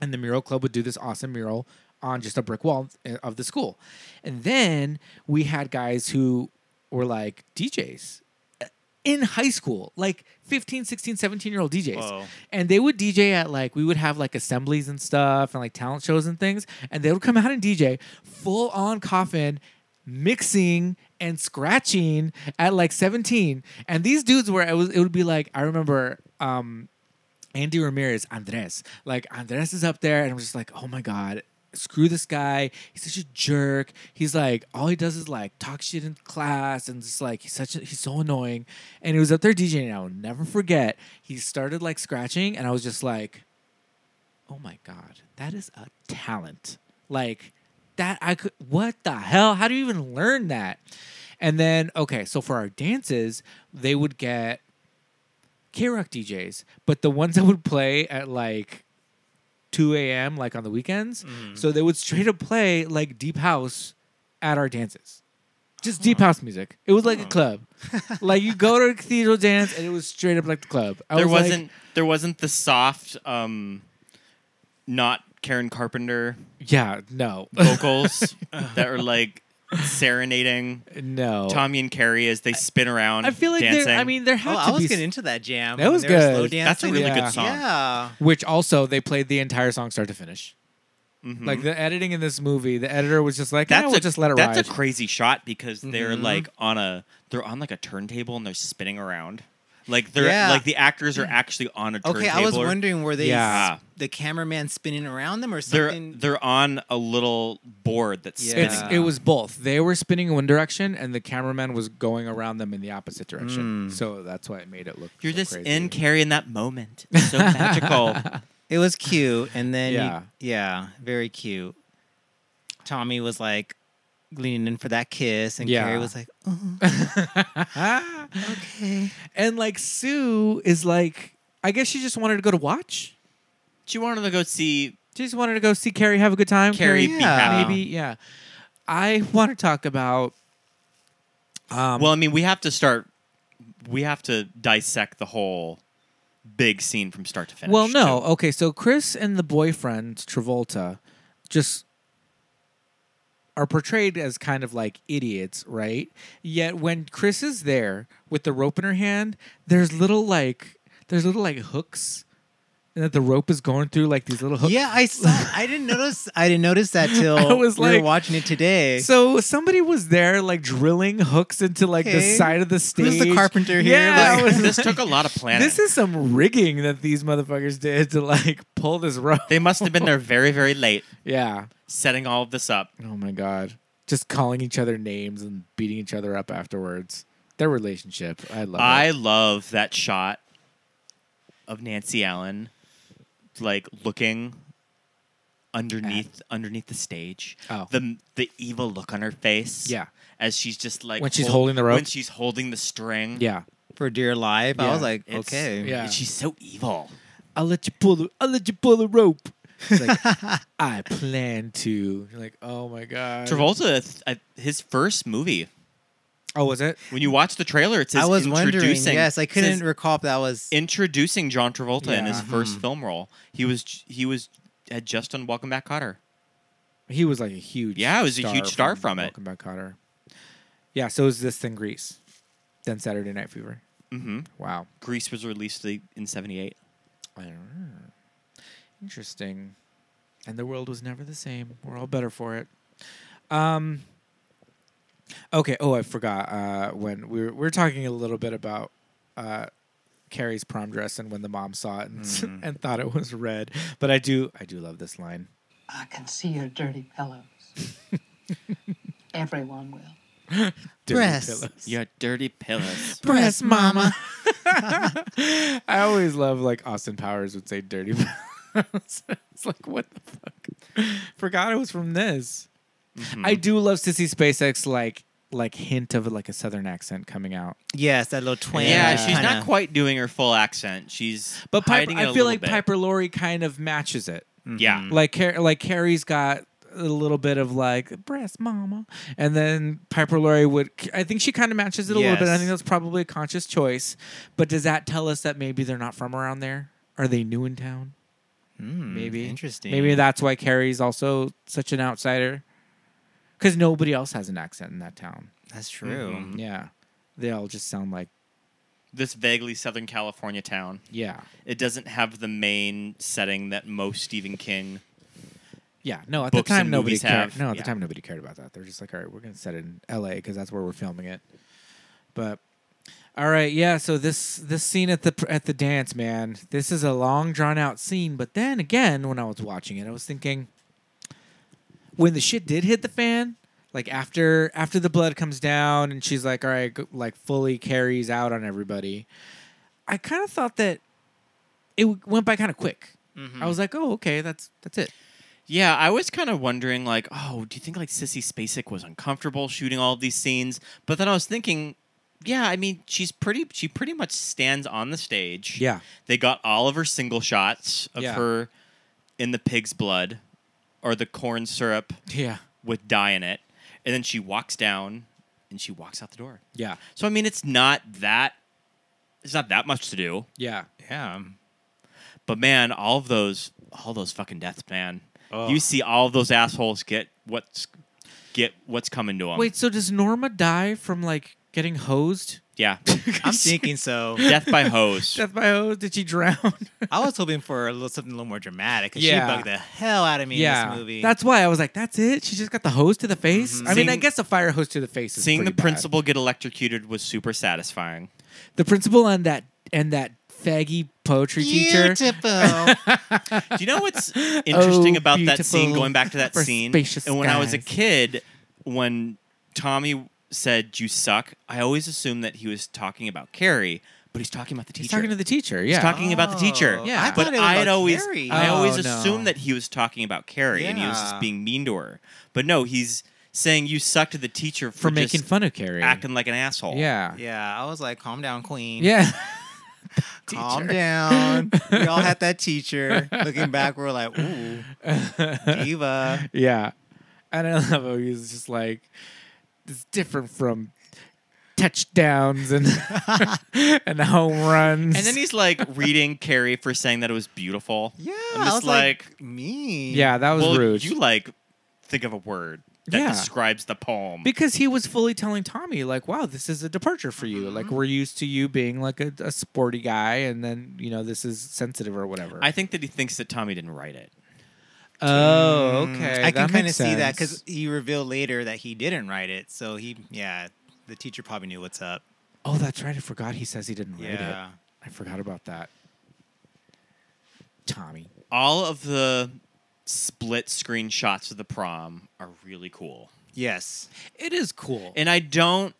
S3: and the mural club would do this awesome mural on just a brick wall uh, of the school. And then we had guys who were like DJs uh, in high school, like 15, 16, 17 year old DJs.
S5: Whoa.
S3: And they would DJ at like, we would have like assemblies and stuff and like talent shows and things. And they would come out and DJ full on coffin, mixing and scratching at like 17. And these dudes were, it, was, it would be like, I remember, um, Andy Ramirez, Andres. Like Andres is up there, and I'm just like, oh my god, screw this guy. He's such a jerk. He's like, all he does is like talk shit in class, and just like he's such, a, he's so annoying. And he was up there DJing, and I will never forget. He started like scratching, and I was just like, oh my god, that is a talent. Like that I could what the hell? How do you even learn that? And then okay, so for our dances, they would get K-Rock DJs, but the ones that would play at like 2 a.m. like on the weekends.
S4: Mm-hmm.
S3: So they would straight up play like deep house at our dances. Just deep house music. It was like a club. like you go to a cathedral dance and it was straight up like the club. I
S4: there
S3: was like-
S4: wasn't there wasn't the soft, um, not Karen Carpenter
S3: yeah, no.
S4: vocals that are like serenading
S5: Oh.
S3: no.
S4: Tommy and Carrie as they spin around.
S3: I feel like there
S4: dancing.
S3: I mean there
S5: Oh,
S3: had
S5: I
S3: to
S5: was
S3: be
S5: getting into that jam.
S3: That was
S5: They were Slow
S3: good.
S5: dancing.
S4: That's a really
S3: Yeah.
S4: good song.
S5: Yeah.
S3: which also they played the entire song start to finish. Like the editing in this movie, the editor was just like, "Yeah,
S4: Mm-hmm. That's
S3: we'll
S4: a,
S3: just let it
S4: that's
S3: ride."
S4: a crazy shot because they're
S5: Mm-hmm.
S4: like on a they're on like a turntable and they're spinning around. Like they're
S5: Yeah.
S4: like the actors are actually on a turntable.
S5: Okay, I was wondering were they
S3: Yeah.
S5: the cameraman spinning around them or
S4: they're
S5: something?
S4: they're on a little board that's
S5: Yeah.
S4: spinning.
S3: it's it was both. They were spinning in one direction, and the cameraman was going around them in the opposite direction. So that's why it made it look.
S4: Mm. You're
S3: so
S4: just
S3: crazy.
S4: in Carrie in that moment. It's so magical.
S5: It was cute, and then
S3: Yeah.
S5: yeah, yeah, very cute. Tommy was like leaning in for that kiss, and
S3: Yeah.
S5: Carrie was like, oh, "Okay."
S3: and like Sue is like, I guess she just wanted to go to watch.
S4: She wanted to go see
S3: She just wanted to go see Carrie have a good time.
S4: Carrie be
S5: Yeah.
S4: happy.
S3: maybe yeah. I want to talk about. Um,
S4: Well, I mean, we have to start. We have to dissect the whole big scene from start to finish.
S3: Well, no.
S4: too.
S3: Okay, so Chris and the boyfriend Travolta just are portrayed as kind of like idiots, right? Yet when Chris is there with the rope in her hand, there's little like there's little like hooks and that the rope is going through like these little hooks.
S5: yeah, I saw. I didn't notice. I didn't notice that till
S3: I was
S5: we
S3: like-
S5: were watching it today.
S3: So somebody was there like drilling hooks into like the
S5: Okay.
S3: side of the
S5: Who's
S3: stage.
S5: the carpenter here?
S3: Yeah,
S5: Like-
S3: I was
S4: this
S3: like-
S4: took a lot of planning.
S3: this is some rigging that these motherfuckers did to like pull this rope.
S4: They must have been there very, very late,
S3: yeah.
S4: setting all of this up.
S3: Oh my god. Just calling each other names and beating each other up afterwards. Their relationship. I love
S4: I
S3: it.
S4: love that shot of Nancy Allen, like looking underneath underneath the stage.
S3: Oh.
S4: the the evil look on her face.
S3: Yeah.
S4: as she's just like
S3: When she's holding the rope?
S4: When she's holding the string.
S3: Yeah.
S5: for dear life,
S3: Yeah,
S5: I was like,
S4: It's-
S5: "Okay."
S3: yeah.
S4: she's so evil.
S3: I'll let you pull the I'll let you pull the rope. It's like, I plan to. You're like, oh my god.
S4: Travolta, th- uh, his first movie.
S3: Oh, was it?
S4: When you watch the trailer, it says
S5: I was wondering.
S4: introducing.
S5: Yes, I
S4: it says
S5: couldn't recall if that was.
S4: introducing John Travolta in
S3: Yeah. Mm-hmm.
S4: his first film role. He was he was had just done Welcome Back, Cotter.
S3: He was like a huge
S4: Yeah, he was a huge star from it.
S3: Welcome back, Cotter. Yeah, so is this thing Greece. Then Saturday Night Fever.
S4: Mm-hmm.
S3: Wow.
S4: Grease was released the- in '78.
S3: hmm, Interesting. And the world was never the same. We're all better for it. Um. Okay. Oh, I forgot. Uh, when we were, we were talking a little bit about uh, Carrie's prom dress and when the mom saw it and, and thought it was red. But I do, I do love this line.
S2: I can see your dirty pillows. Everyone will.
S3: Dirty
S5: Breasts.
S3: pillows.
S4: Your dirty pillows.
S5: Breast mama.
S3: I always love like Austin Powers would say "dirty." pillows. it's like what the fuck? Forgot it was from this.
S4: Mm-hmm.
S3: I do love Sissy SpaceX like like hint of like a southern accent coming out.
S5: Yes, that little twang.
S4: yeah,
S5: that
S4: she's
S5: kinda-
S4: not quite doing her full accent. She's
S3: But Piper,
S4: hiding it
S3: I
S4: a
S3: feel
S4: little
S3: like
S4: bit.
S3: Piper Laurie kind of matches it.
S4: Yeah,
S5: Mm-hmm.
S3: Like Car- like Carrie's got a little bit of like breast mama, and then Piper Laurie would. I think she kind of matches it a little bit. I
S5: Yes.
S3: think that's probably a conscious choice. But does that tell us that maybe they're not from around there? Are they new in town? maybe
S5: Hmm, interesting.
S3: Maybe that's why Carrie's also such an outsider, because nobody else has an accent in that town.
S5: That's true.
S3: Yeah, they all just sound like
S4: this vaguely Southern California town.
S3: yeah,
S4: It doesn't have the main setting that most Stephen King.
S3: yeah. No, at
S4: Books
S3: the time
S4: and
S3: nobody
S4: movies
S3: cared.
S4: have-
S3: No, at
S4: yeah.
S3: the time nobody cared about that. They're just like, all right, we're gonna set it in L.A. because that's where we're filming it. But all right, yeah. So this this scene at the at the dance, man, this is a long drawn out scene. But then again, when I was watching it, I was thinking, when the shit did hit the fan, like after after the blood comes down and she's like, all right, go, like fully carries out on everybody. I kind
S4: Mm-hmm.
S3: of thought that it w- went by kind of quick. I was like, oh, okay, that's that's it.
S4: Yeah, I was kind of wondering, like, oh, do you think like Sissy Spacek was uncomfortable shooting all of these scenes? But then I was thinking, yeah, I mean, she's pretty. She pretty much stands on the stage.
S3: Yeah.
S4: they got all of her single shots of
S3: Yeah.
S4: her in the pig's blood or the corn syrup
S3: Yeah.
S4: with dye in it, and then she walks down and she walks out the door.
S3: Yeah.
S4: So I mean, it's not that. It's not that much to do.
S3: Yeah.
S4: Yeah. But man, all of those, all those fucking deaths, man. You see all of those assholes get what's get what's coming to them.
S3: Wait, so does Norma die from like getting hosed?
S4: Yeah.
S5: I'm thinking so.
S4: Death by hose.
S3: Death by hose? Did she drown?
S5: I was hoping for a little something a little more dramatic. 'cause
S3: Yeah.
S5: she bugged the hell out of me in this movie.
S3: That's why I was like, that's it. She just got the hose to the face. I mean, I
S4: Mm-hmm. Seeing-
S3: guess a fire hose to the face is
S4: Seeing the
S3: pretty bad.
S4: principal get electrocuted was super satisfying.
S3: the principal and that and that faggy poetry teacher.
S5: beautiful.
S4: Do you know what's
S3: Oh,
S4: interesting about that scene?
S3: beautiful
S4: Going back to that
S3: for
S4: scene,
S3: spacious
S4: and when I was a
S3: skies.
S4: kid, when Tommy said "you suck," I always assumed that he was talking about Carrie, but he's talking about the teacher.
S3: He's talking to the teacher. Yeah.
S4: He's talking about the teacher.
S5: Oh,
S3: Yeah. I
S4: but
S5: thought it was
S4: I had
S5: about
S4: always
S5: Carrie.
S4: I always
S3: Oh, no.
S4: assumed that he was talking about Carrie and he was just
S5: Yeah.
S4: being mean to her. But no, he's saying you suck to the teacher for,
S3: for making
S4: just
S3: fun of Carrie.
S4: acting like an asshole.
S3: Yeah.
S5: yeah, I was like, calm down, queen.
S3: Yeah.
S5: calm down. we all had that teacher. Looking back, we're like, ooh, diva.
S3: yeah. And I love how he's just like it's different from touchdowns and and home runs.
S4: And then he's like reading Carrie for saying that it was beautiful.
S5: Yeah,
S4: I'm
S5: I
S4: just
S5: was like, mean.
S3: yeah, that was
S4: well,
S3: rude.
S4: you like think of a word that
S3: Yeah.
S4: describes the poem.
S3: because he was fully telling Tommy, like, wow, this is a departure for you.
S4: Mm-hmm.
S3: Like, we're used to you being like a, a sporty guy, and then, you know, this is sensitive or whatever.
S4: I think that he thinks that Tommy didn't write it.
S3: oh,
S4: Mm.
S3: okay.
S5: I can
S3: kind of
S5: see that because he revealed later that he didn't write it. So he, yeah, the teacher probably knew what's up.
S3: Oh, that's right. I forgot he says he didn't write
S5: Yeah.
S3: it. I forgot about that. Tommy.
S4: All of the split screen shots of the prom are really cool.
S5: Yes.
S3: It is cool.
S4: and I don't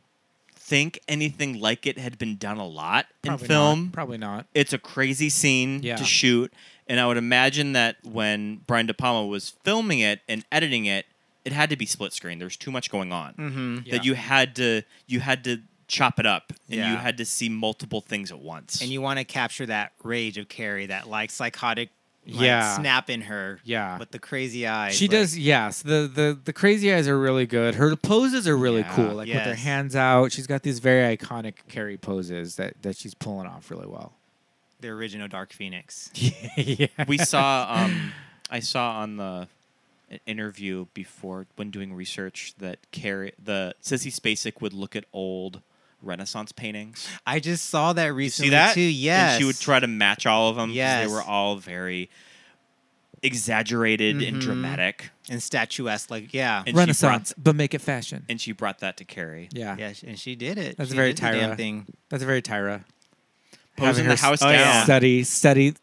S4: think anything like it had been done a lot
S3: Probably
S4: in film.
S3: Not. Probably not.
S4: It's a crazy scene
S3: Yeah.
S4: to shoot, and I would imagine that when Brian De Palma was filming it and editing it, it had to be split screen. There's too much going on
S3: Mm-hmm. Yeah.
S4: that you had to you had to chop it up, and you
S5: Yeah.
S4: had to see multiple things at once.
S5: And you want to capture that rage of Carrie, that like psychotic like,
S3: Yeah.
S5: snap in her.
S3: Yeah.
S5: With the crazy eyes.
S3: She
S5: like-
S3: does, yes. The, the the crazy eyes are really good. Her poses are really
S5: Yeah.
S3: cool, like with her
S5: Yes.
S3: hands out. She's got these very iconic Carrie poses that, that she's pulling off really well.
S5: The original Dark Phoenix.
S3: yeah.
S4: we saw um I saw on the an interview before when doing research that Carrie the Sissy Spacek would look at old Renaissance paintings.
S5: I just saw that recently
S4: See that?
S5: too. Yes.
S4: And she would try to match all of them because
S5: Yes.
S4: they were all very exaggerated
S3: Mm-hmm.
S4: and dramatic.
S5: and statuesque, like yeah,
S4: And
S3: Renaissance,
S4: She brought,
S3: but make it fashion.
S4: and she brought that to Carrie.
S3: yeah.
S5: yeah, sh- and she did it.
S3: That's
S5: She
S3: very
S5: did the damn
S3: Tyra.
S5: thing.
S3: That's very Tyra.
S4: Posing the
S3: her s-
S4: house
S3: oh,
S4: down.
S5: yeah.
S3: Study, study.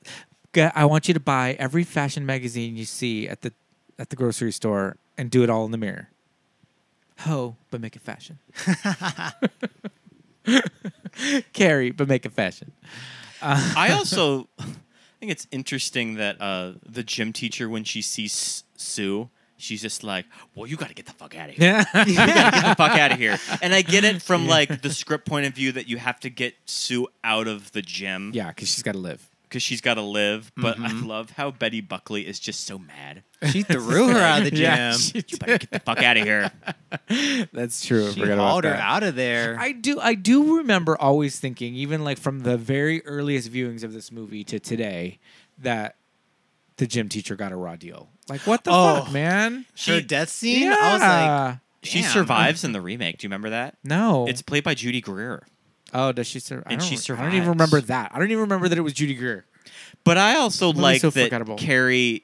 S3: G- I want you to buy every fashion magazine you see at the at the grocery store and do it all in the mirror. Ho, but make it fashion. Carrie, but make it fashion.
S4: I also think it's interesting that uh, the gym teacher, when she sees Sue, she's just like, well, you got to get the fuck out of here.
S3: Yeah.
S4: you gotta get the fuck out of here. And I get it from like the script point of view that you have to get Sue out of the gym
S3: yeah, Mm-hmm. because she's got to live.
S4: because she's got to live. But I love how Betty Buckley is just so mad.
S5: She threw her out of the gym.
S3: Yeah,
S5: she
S4: You better get the fuck out of here.
S3: That's true. I forgot about
S5: hauled her
S3: that.
S5: out of there.
S3: I do I do remember always thinking, even like from the very earliest viewings of this movie to today, that the gym teacher got a raw deal. Like what the
S5: Oh.
S3: fuck, man?
S5: her
S4: She-
S5: death scene. I was like,
S3: Yeah.
S4: She
S5: Damn.
S4: survives in the remake. Do you remember that?
S3: no.
S4: It's played by Judy Greer.
S3: oh, does she survive?
S4: and she
S3: I don't even
S4: survives.
S3: remember that. I don't even remember that it was Judy Greer.
S4: But I also
S3: Why are we
S4: like
S3: so
S4: that
S3: forgettable?
S4: Carrie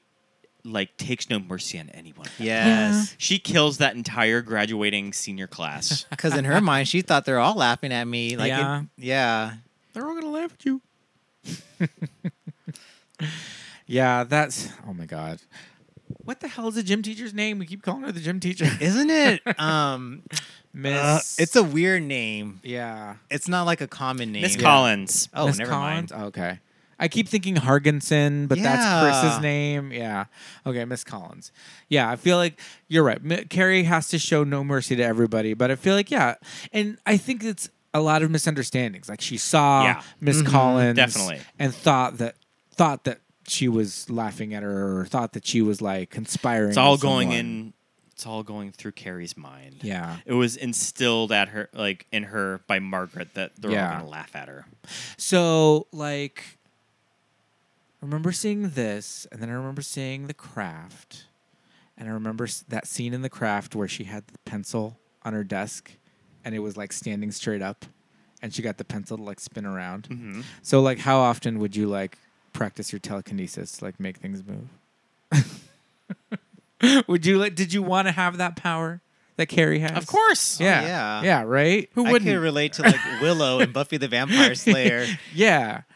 S4: like takes no mercy on anyone.
S5: yes,
S4: She kills that entire graduating senior class.
S5: because in her mind, she thought they're all laughing at me. Like,
S3: Yeah.
S5: it- yeah.
S3: They're all gonna laugh at you. yeah, that's oh my god. What the hell is the gym teacher's name? We keep calling her the gym teacher.
S5: Isn't it? Um,
S3: Miss
S5: uh, it's a weird name.
S3: yeah.
S5: It's not like a common name.
S4: Miss Collins.
S5: Oh,
S3: Miss
S5: never
S4: Oh,
S3: Collins?
S5: mind.
S3: Okay. I keep thinking Hargensen, but that's
S5: Yeah.
S3: Chris's name. Yeah. Okay, Miss Collins. Yeah, I feel like you're right. M- Carrie has to show no mercy to everybody, but I feel like yeah, and I think it's a lot of misunderstandings. Like she saw
S4: Yeah. Mm-hmm.
S3: Miss Collins
S4: Definitely.
S3: and thought that thought that she was laughing at her or thought that she was like conspiring.
S4: It's all
S3: with
S4: going
S3: someone.
S4: in. It's all going through Carrie's mind.
S3: Yeah.
S4: It was instilled at her, like in her, by Margaret that they're
S3: Yeah.
S4: all gonna laugh at her.
S3: So like I remember seeing this and then I remember seeing The Craft and I remember s- that scene in The Craft where she had the pencil on her desk and it was like standing straight up and she got the pencil to like spin around.
S5: Mm-hmm.
S3: So like how often would you like practice your telekinesis like make things move? would you like did you want to have that power that Carrie has?
S4: Of course.
S3: Yeah.
S5: yeah.
S3: yeah, right? Who
S5: I
S3: wouldn't?
S5: could relate to like Willow and Buffy the Vampire Slayer,
S3: yeah.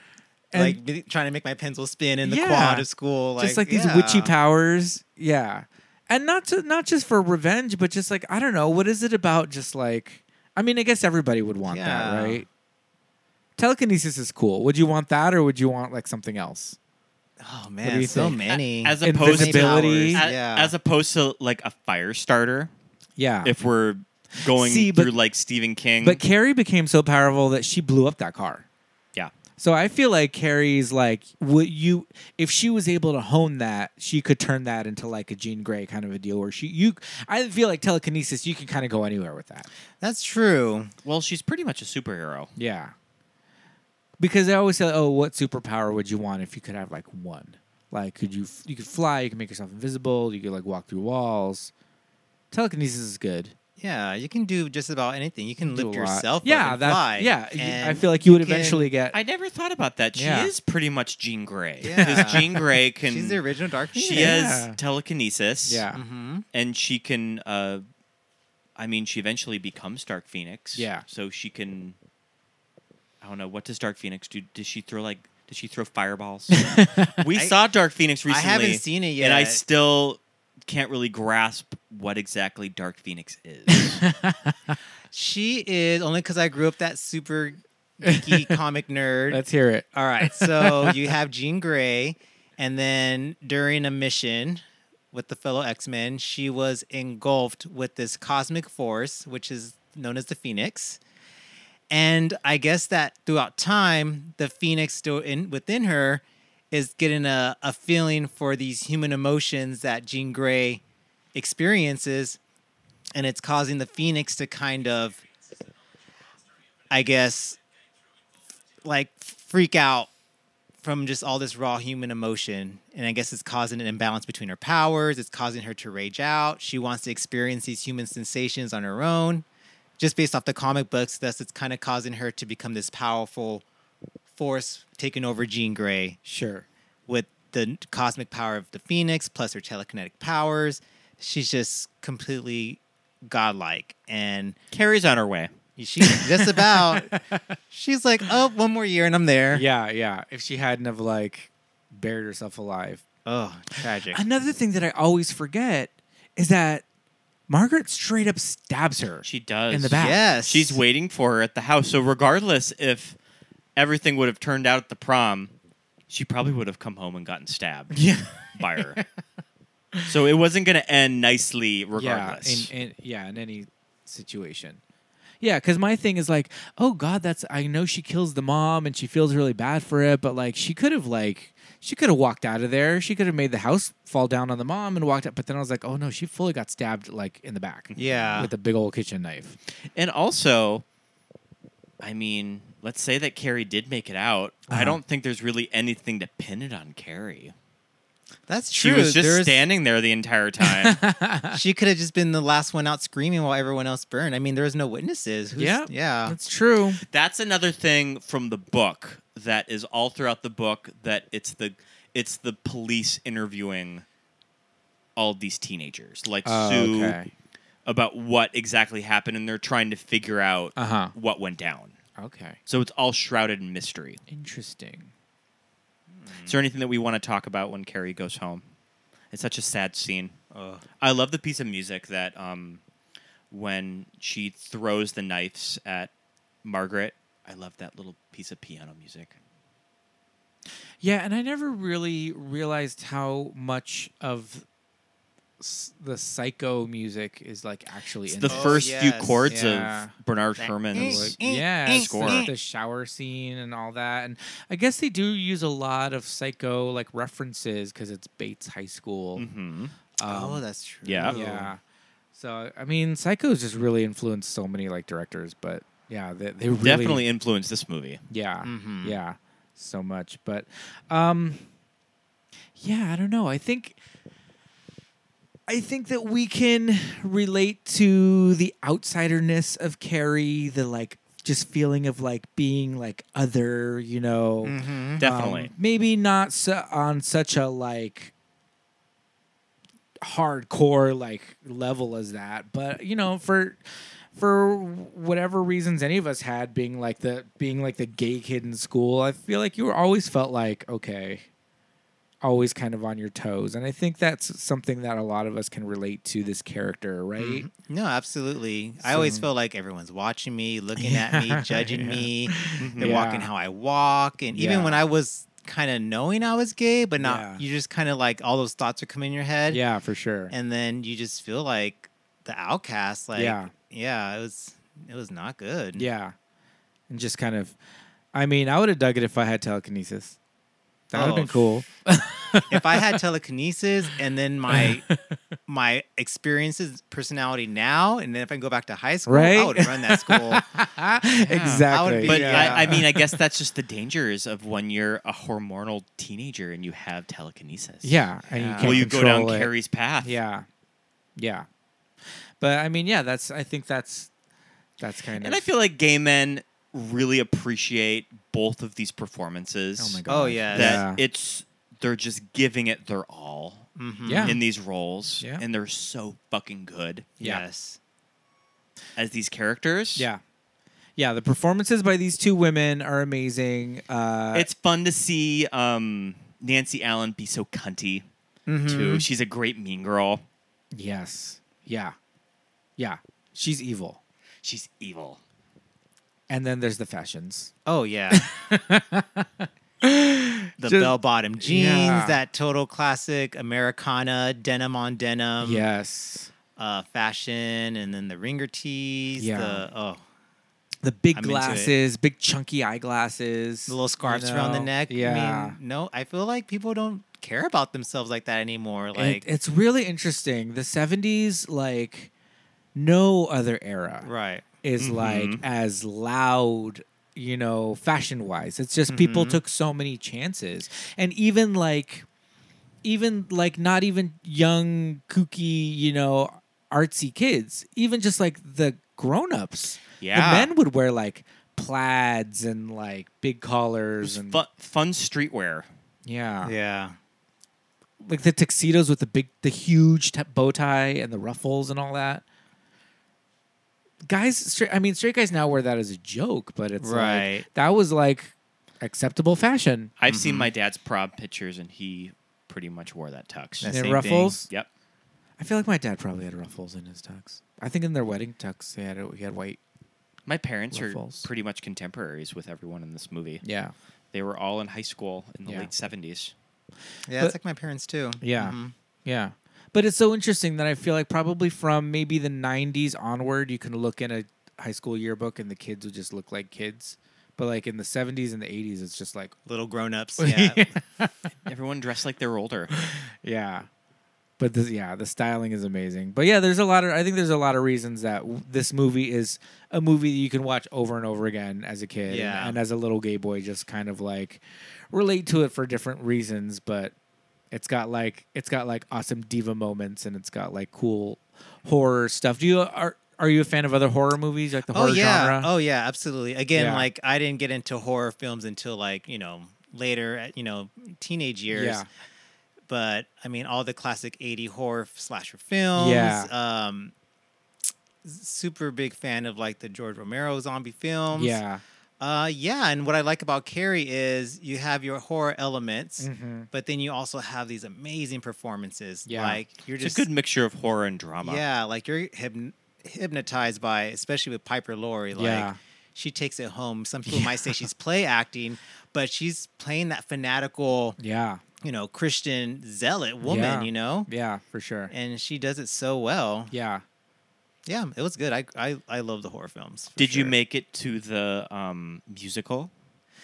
S3: And-
S5: like be- trying to make my pencil spin in the
S3: Yeah.
S5: quad of school, like,
S3: just like these
S5: yeah.
S3: witchy powers. Yeah. And not to not just for revenge, but just like I don't know, what is it about just like I mean, I guess everybody would want
S5: Yeah.
S3: that, right? Telekinesis is cool. Would you want that or would you want like something else?
S5: Oh
S3: do
S5: man,
S3: you
S5: so
S3: think?
S5: many.
S4: As
S3: a-
S4: opposed
S3: Invisibility.
S4: to
S5: Powers,
S4: a-
S5: yeah.
S4: as opposed to like a fire starter.
S3: Yeah.
S4: If we're going
S3: See, but-
S4: through like Stephen King.
S3: but Carrie became so powerful that she blew up that car.
S4: yeah.
S3: So I feel like Carrie's like would you if she was able to hone that, she could turn that into like a Jean Grey kind of a deal where she you I feel like telekinesis you can kind of go anywhere with that.
S5: That's true.
S4: Well, she's pretty much a superhero.
S3: Yeah. Because I always say, "Oh, what superpower would you want if you could have like one? Like, could you you could fly? You could make yourself invisible. You could like walk through walls. Telekinesis is good.
S5: Yeah, you can do just about anything. You
S3: Do a
S5: can lift
S3: lot.
S5: yourself up
S3: Yeah,
S5: and
S3: that.
S5: fly.
S3: Yeah, y- I
S5: and
S3: feel like you would
S5: can-
S3: eventually get.
S4: I never thought about that. She
S3: Yeah.
S4: is pretty much Jean Grey.
S5: Yeah.
S4: Because Jean Grey can.
S5: She's the original Dark Phoenix.
S4: she
S3: Yeah.
S4: has telekinesis.
S3: yeah,
S5: hmm
S4: and she can uh i mean she eventually becomes dark phoenix
S3: Yeah.
S4: so she can i don't know what does dark phoenix do does she throw like does she throw fireballs we
S5: I-
S4: saw dark phoenix
S5: I
S4: recently
S5: haven't seen it
S4: and i
S5: yet.
S4: still can't really grasp what exactly dark phoenix is
S5: She is only because I grew up that super geeky comic nerd.
S3: let's hear it.
S5: All right, so you have Jean Grey, and then during a mission with the fellow X Men, she was engulfed with this cosmic force, which is known as the Phoenix. And I guess that throughout time, the Phoenix still in within her is getting a, a feeling for these human emotions that Jean Grey experiences, and it's causing the Phoenix to kind of, I guess, like freak out from just all this raw human emotion. And I guess it's causing an imbalance between her powers. It's causing her to rage out. She wants to experience these human sensations on her own. Just based off the comic books, thus it's kind of causing her to become this powerful force taking over Jean Grey
S3: Sure.
S5: with the n- cosmic power of the phoenix plus her telekinetic powers. She's just completely godlike and
S4: carrie's on her way
S5: she's just about she's like, "Oh, one more year and I'm there."
S3: Yeah, yeah. If she hadn't have like buried herself alive.
S5: Oh, tragic.
S3: Another thing that I always forget is that Margaret straight up stabs her.
S4: she does
S3: In the back.
S5: Yes.
S4: she's waiting for her at the house so regardless if everything would have turned out at the prom she probably would have come home and gotten stabbed
S3: yeah.
S4: by her. so it wasn't going to end nicely regardless.
S3: Yeah, in, in, yeah, in any situation. Yeah, because my thing is like, oh God, that's I know she kills the mom and she feels really bad for it, but like she could have like she could have walked out of there. She could have made the house fall down on the mom and walked out. But then I was like, oh no, she fully got stabbed like in the back.
S5: Yeah.
S3: with a big old kitchen knife.
S4: and also, I mean, let's say that Carrie did make it out.
S3: Uh-huh.
S4: I don't think there's really anything to pin it on Carrie.
S5: That's
S4: She
S5: true.
S4: was just
S5: There's-
S4: standing there the entire time.
S5: She could have just been the last one out screaming while everyone else burned. I mean, there was no witnesses. Who's,
S3: Yeah.
S5: yeah.
S3: That's true.
S4: That's another thing from the book that is all throughout the book that it's the it's the police interviewing all these teenagers like
S3: Oh,
S4: Sue
S3: okay.
S4: about what exactly happened and they're trying to figure out
S3: Uh-huh.
S4: what went down.
S3: Okay,
S4: So it's all shrouded in mystery.
S3: interesting.
S4: Is there anything that we want to talk about when Carrie goes home? It's such a sad scene. I love the piece of music that um, when she throws the knives at Margaret. I love that little piece of piano music.
S3: Yeah, and I never really realized how much of s- the psycho music is like actually
S4: It's
S3: in
S4: the
S3: this.
S4: first few
S5: yes,
S4: chords
S3: yeah.
S4: of Bernard Herman's.
S3: yeah,
S4: score.
S3: the shower scene and all that. And I guess they do use a lot of psycho like references because it's Bates High School.
S4: hmm
S5: oh, that's true.
S4: yeah.
S3: Yeah. So I mean, Psycho's just really influenced so many like directors, but yeah, they, they really
S4: Definitely influenced this movie.
S3: yeah
S5: Mhm.
S3: yeah so much. But um, yeah, I don't know. I think I think that we can relate to the outsiderness of Carrie, the like just feeling of like being like other, you know.
S5: Mhm.
S4: Definitely.
S3: Um, maybe not su- on such a like hardcore like level as that, but you know, for for whatever reasons any of us had being like the being like the gay kid in school, I feel like you were always felt like okay, always kind of on your toes, and I think that's something that a lot of us can relate to this character, right?
S5: No, absolutely. I always
S3: So-
S5: feel like everyone's watching me, looking at me,
S3: Yeah,
S5: judging
S3: yeah.
S5: me. They're
S3: Yeah.
S5: walking how I walk, and even
S3: Yeah.
S5: when I was kind of knowing I was gay, but not,
S3: Yeah.
S5: you just kind of like all those thoughts are coming in your head.
S3: Yeah, for sure.
S5: and then you just feel like the outcast. Like,
S3: Yeah.
S5: yeah, it was it was not good.
S3: yeah, and just kind of, I mean, I would have dug it if I had telekinesis. That would have
S5: Oh,
S3: been cool.
S5: if I had telekinesis and then my my experiences, personality now, and then if I go back to high school, I
S3: Right?
S5: would run that school. Oh,
S3: exactly.
S5: be-
S4: But
S5: Yeah.
S4: I, I mean, I guess that's just the dangers of when you're a hormonal teenager and you have telekinesis.
S3: yeah, and you
S5: Yeah.
S3: can't
S4: Will you go down
S3: control it.
S4: Carrie's path?
S3: Yeah, yeah. But I mean, yeah, that's. I think that's that's kind
S4: And
S3: of.
S4: I feel like gay men really appreciate both of these performances.
S3: oh my god.
S5: Oh, yes.
S4: That
S3: Yeah.
S4: it's they're just giving it their all
S5: Mhm.
S3: Mm-hmm. Yeah.
S4: in these roles,
S3: Yeah.
S4: and they're so fucking good
S3: Yeah.
S5: Yes.
S4: as these characters.
S3: yeah. Yeah, the performances by these two women are amazing. Uh,
S4: it's fun to see um, Nancy Allen be so cunty too. She's a great mean girl.
S3: yes, yeah, yeah. She's evil,
S4: She's evil.
S3: and then there's the fashions.
S5: Oh yeah. the
S3: Just-
S5: bell bottom jeans,
S3: Yeah.
S5: that total classic Americana denim on denim
S3: yes,
S5: uh, fashion, and then the ringer tees.
S3: Yeah.
S5: The, oh,
S3: the big
S5: I'm into it.
S3: glasses, big chunky eyeglasses,
S5: the little
S3: you
S5: scarves around the
S3: know?
S5: neck.
S3: Yeah,
S5: I mean, no, I feel like people don't care about themselves like that anymore.
S3: It-
S5: Like,
S3: it's really interesting. The 70s, like no other era,
S5: right.
S3: is like as loud, you know, fashion wise. It's just people took so many chances. And even like, even like not even young, kooky, you know, artsy kids, even just like the grown ups.
S4: Yeah.
S3: The men would wear like plaids and like big collars
S4: It's
S3: and
S4: fun, fun streetwear.
S3: yeah
S5: Yeah.
S3: like the tuxedos with the big, the huge t- bow tie and the ruffles and all that. Guys, straight, I mean, straight guys now wear that as a joke, but it's like,
S5: Right.
S3: that was like acceptable fashion.
S4: I've seen my dad's prom pictures, and he pretty much wore that tux.
S5: That's-
S3: And
S5: same
S3: ruffles.
S4: Yep.
S3: I feel like my dad probably had ruffles in his tux. I think in their wedding tux, they had he had white.
S4: My parents
S3: Ruffles.
S4: are pretty much contemporaries with everyone in this movie.
S3: Yeah,
S4: They were all in high school in the
S3: Yeah.
S4: late 70s.
S5: Yeah,
S3: But-
S5: it's like my parents too.
S3: yeah,
S5: Mhm.
S3: yeah. But it's so interesting that I feel like probably from maybe the '90s onward, you can look in a high school yearbook and the kids would just look like kids. But like in the '70s and the '80s, it's just like
S5: Little grown ups. Yeah.
S4: Everyone dressed like they were older.
S3: Yeah. But the, yeah, the styling is amazing. But yeah, there's a lot of I think there's a lot of reasons that w- this movie is a movie that you can watch over and over again as a kid and-
S5: Yeah.
S3: and, as a little gay boy just kind of like relate to it for different reasons, but it's got like it's got like awesome diva moments and it's got like cool horror stuff. Do you are are you a fan of other horror movies like the
S5: oh
S3: horror
S5: yeah.
S3: genre?
S5: Oh yeah. Absolutely. Again,
S3: Yeah.
S5: like I didn't get into horror films until like you know later, at, you know, teenage years.
S3: Yeah.
S5: But I mean, all the classic '80 horror f- slasher films.
S3: Yeah.
S5: Um, s- super big fan of like the George Romero zombie
S4: Um,
S5: films.
S3: yeah.
S5: Uh, yeah, and what I like about Carrie is you have your horror elements, but then you also have these amazing performances.
S3: Mm-hmm. Yeah.
S5: like you're
S4: It's
S5: just
S4: a good mixture of horror and drama.
S5: yeah, like you're hypn- hypnotized by, especially with Piper Laurie. Like
S3: Yeah.
S5: she takes it home. Some people might say she's play acting, but she's playing that fanatical,
S3: Yeah.
S5: you know, Christian zealot woman,
S3: Yeah.
S5: you know?
S3: Yeah, for sure.
S5: And she does it so well.
S3: Yeah.
S5: Yeah, it was good. I I, I love the horror films. for
S4: Did you
S5: sure.
S4: make it to the um, musical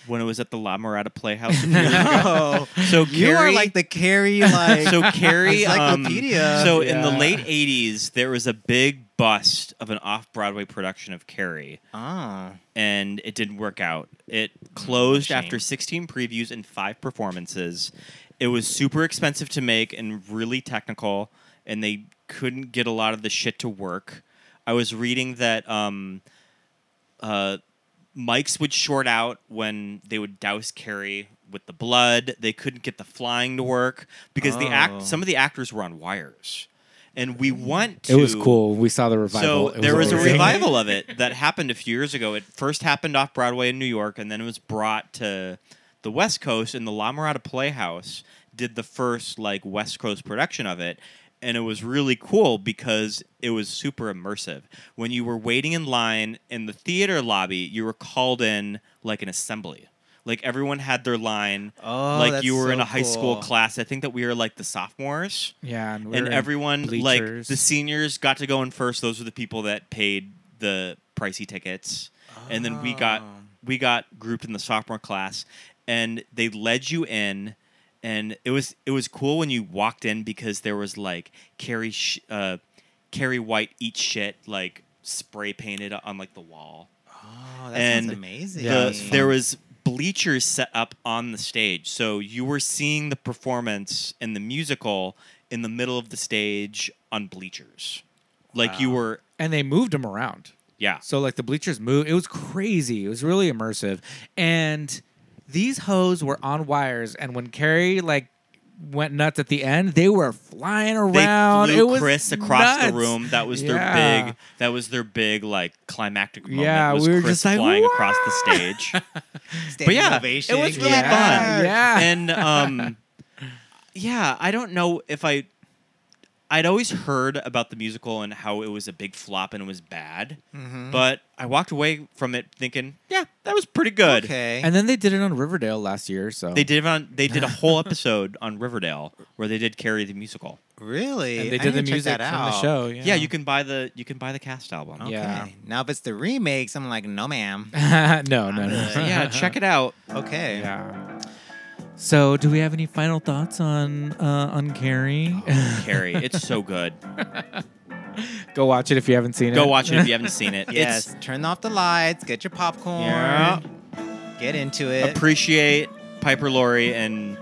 S4: when it was at the La Mirada Playhouse? a few years ago?
S5: No.
S4: So
S5: Oh, you
S4: Carrie,
S5: are like the Carrie like
S4: so Carrie um,
S5: encyclopedia.
S4: so in the
S3: Yeah.
S4: late '80s, there was a big bust of an off-Broadway production of Carrie.
S5: oh.
S4: and it didn't work out. It closed
S5: shame.
S4: after 16 previews and five performances. It was super expensive to make and really technical, and they couldn't get a lot of the shit to work. I was reading that um, uh, mics would short out when they would douse Carrie with the blood. They couldn't get the flying to work because the act
S5: Oh.
S4: some of the actors were on wires. And we want to
S3: It was cool. We saw the revival.
S4: so
S3: It
S4: there was a
S3: amazing.
S4: revival of it that happened a few years ago. It first happened off Broadway in New York, and then it was brought to the West Coast. And the La Mirada Playhouse did the first like West Coast production of it, and it was really cool because it was super immersive. When you were waiting in line in the theater lobby, you were called in like an assembly. Like everyone had their line,
S5: Oh,
S4: like
S5: that's
S4: you were in
S5: so
S4: a high school
S5: cool.
S4: class. I think that we were like the sophomores
S3: Yeah, and, we
S4: and
S3: were in
S4: everyone like
S3: bleachers.
S4: the seniors got to go in first. Those were the people that paid the pricey tickets, and then we got
S5: Oh.
S4: we got grouped in the sophomore class, and they led you in, and it was it was cool when you walked in because there was like Carrie sh- uh, Carrie White eat shit like spray painted on like the wall.
S5: Oh, that
S4: And
S5: sounds amazing.
S3: Yeah,
S4: the, there was bleachers set up on the stage so you were seeing the performance and the musical in the middle of the stage on bleachers like you were
S3: and they moved them around.
S4: yeah
S3: So like the bleachers moved. It was crazy. It was really immersive. And these hoes were on wires. And when Carrie like went nuts at the end, they were flying
S4: they
S3: around.
S4: flew
S3: it was
S4: chris across
S3: nuts.
S4: the room that was
S3: Yeah.
S4: their big that was their big like climactic moment
S3: Yeah,
S4: was
S3: we were
S4: chris
S3: just like,
S4: flying across the stage
S5: Standing
S4: yeah, it
S5: ovation.
S4: was really
S3: Yeah,
S4: fun.
S3: yeah.
S4: and um yeah i don't know if i i'd always heard about the musical and how it was a big flop and it was bad but i walked away from it thinking yeah that was pretty good
S5: Okay.
S3: and then they did it on Riverdale last year. So
S4: they did it on they did a whole episode on riverdale where they did carry the musical
S5: really?
S3: And
S5: I
S3: they did
S5: need
S3: the
S5: to check
S3: music
S5: that
S3: from
S5: out.
S3: the show.
S4: yeah.
S3: Oh, Yeah,
S4: you can buy the you can buy the cast album
S5: Okay.
S3: Yeah.
S5: Now if it's the remakes, I'm like, no, ma'am.
S3: can. no, no, no.
S4: So, yeah check it out
S5: Okay.
S3: Yeah. So, do we have any final thoughts on uh, on Carrie?
S4: Oh, carrie it's so good
S3: Go watch it if you haven't seen it.
S4: go watch it if you haven't seen it
S5: Yes.
S4: it's
S5: turn off the lights. Get your popcorn.
S4: Yeah.
S5: Get into it.
S4: appreciate Piper Laurie and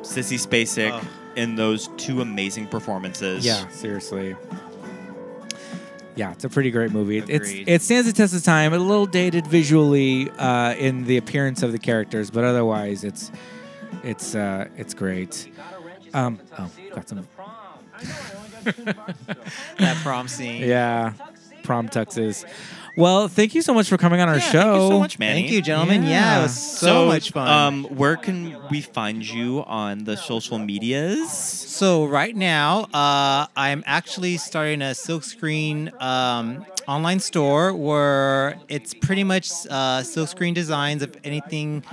S4: Sissy Spacek
S5: Oh.
S4: in those two amazing performances.
S3: Yeah, seriously. Yeah, it's a pretty great movie. It- It's
S4: Agreed.
S3: it stands the test of time. A little dated visually uh, in the appearance of the characters, but otherwise, it's it's uh, it's great. Um, oh, got some.
S5: that prom scene.
S3: Yeah, prom tuxes. Well, thank you so much for coming on our
S4: Yeah,
S3: show.
S4: Thank you so much, Manny.
S5: Thank you, gentlemen. Yeah,
S3: Yeah.
S5: it was so, much fun.
S4: Um, where can we find you on the social medias?
S5: So right now, uh, I'm actually starting a silkscreen um, online store where it's pretty much uh, silkscreen designs of anything,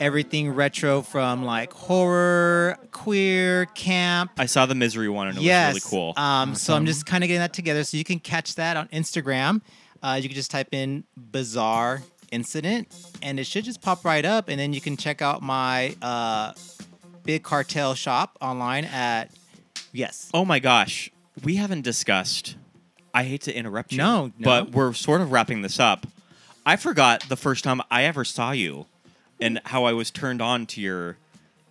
S5: everything retro from like horror, queer, camp.
S4: I saw the misery one and it
S5: yes.
S4: was really cool.
S5: Um, so I'm just kind of getting that together. So you can catch that on Instagram. Uh, you can just type in bizarre incident, and it should just pop right up. And then you can check out my uh, big cartel shop online at yes.
S4: oh my gosh, we haven't discussed. I hate to interrupt you.
S5: No, no.
S4: but we're sort of wrapping this up. I forgot the first time I ever saw you and how I was turned on to your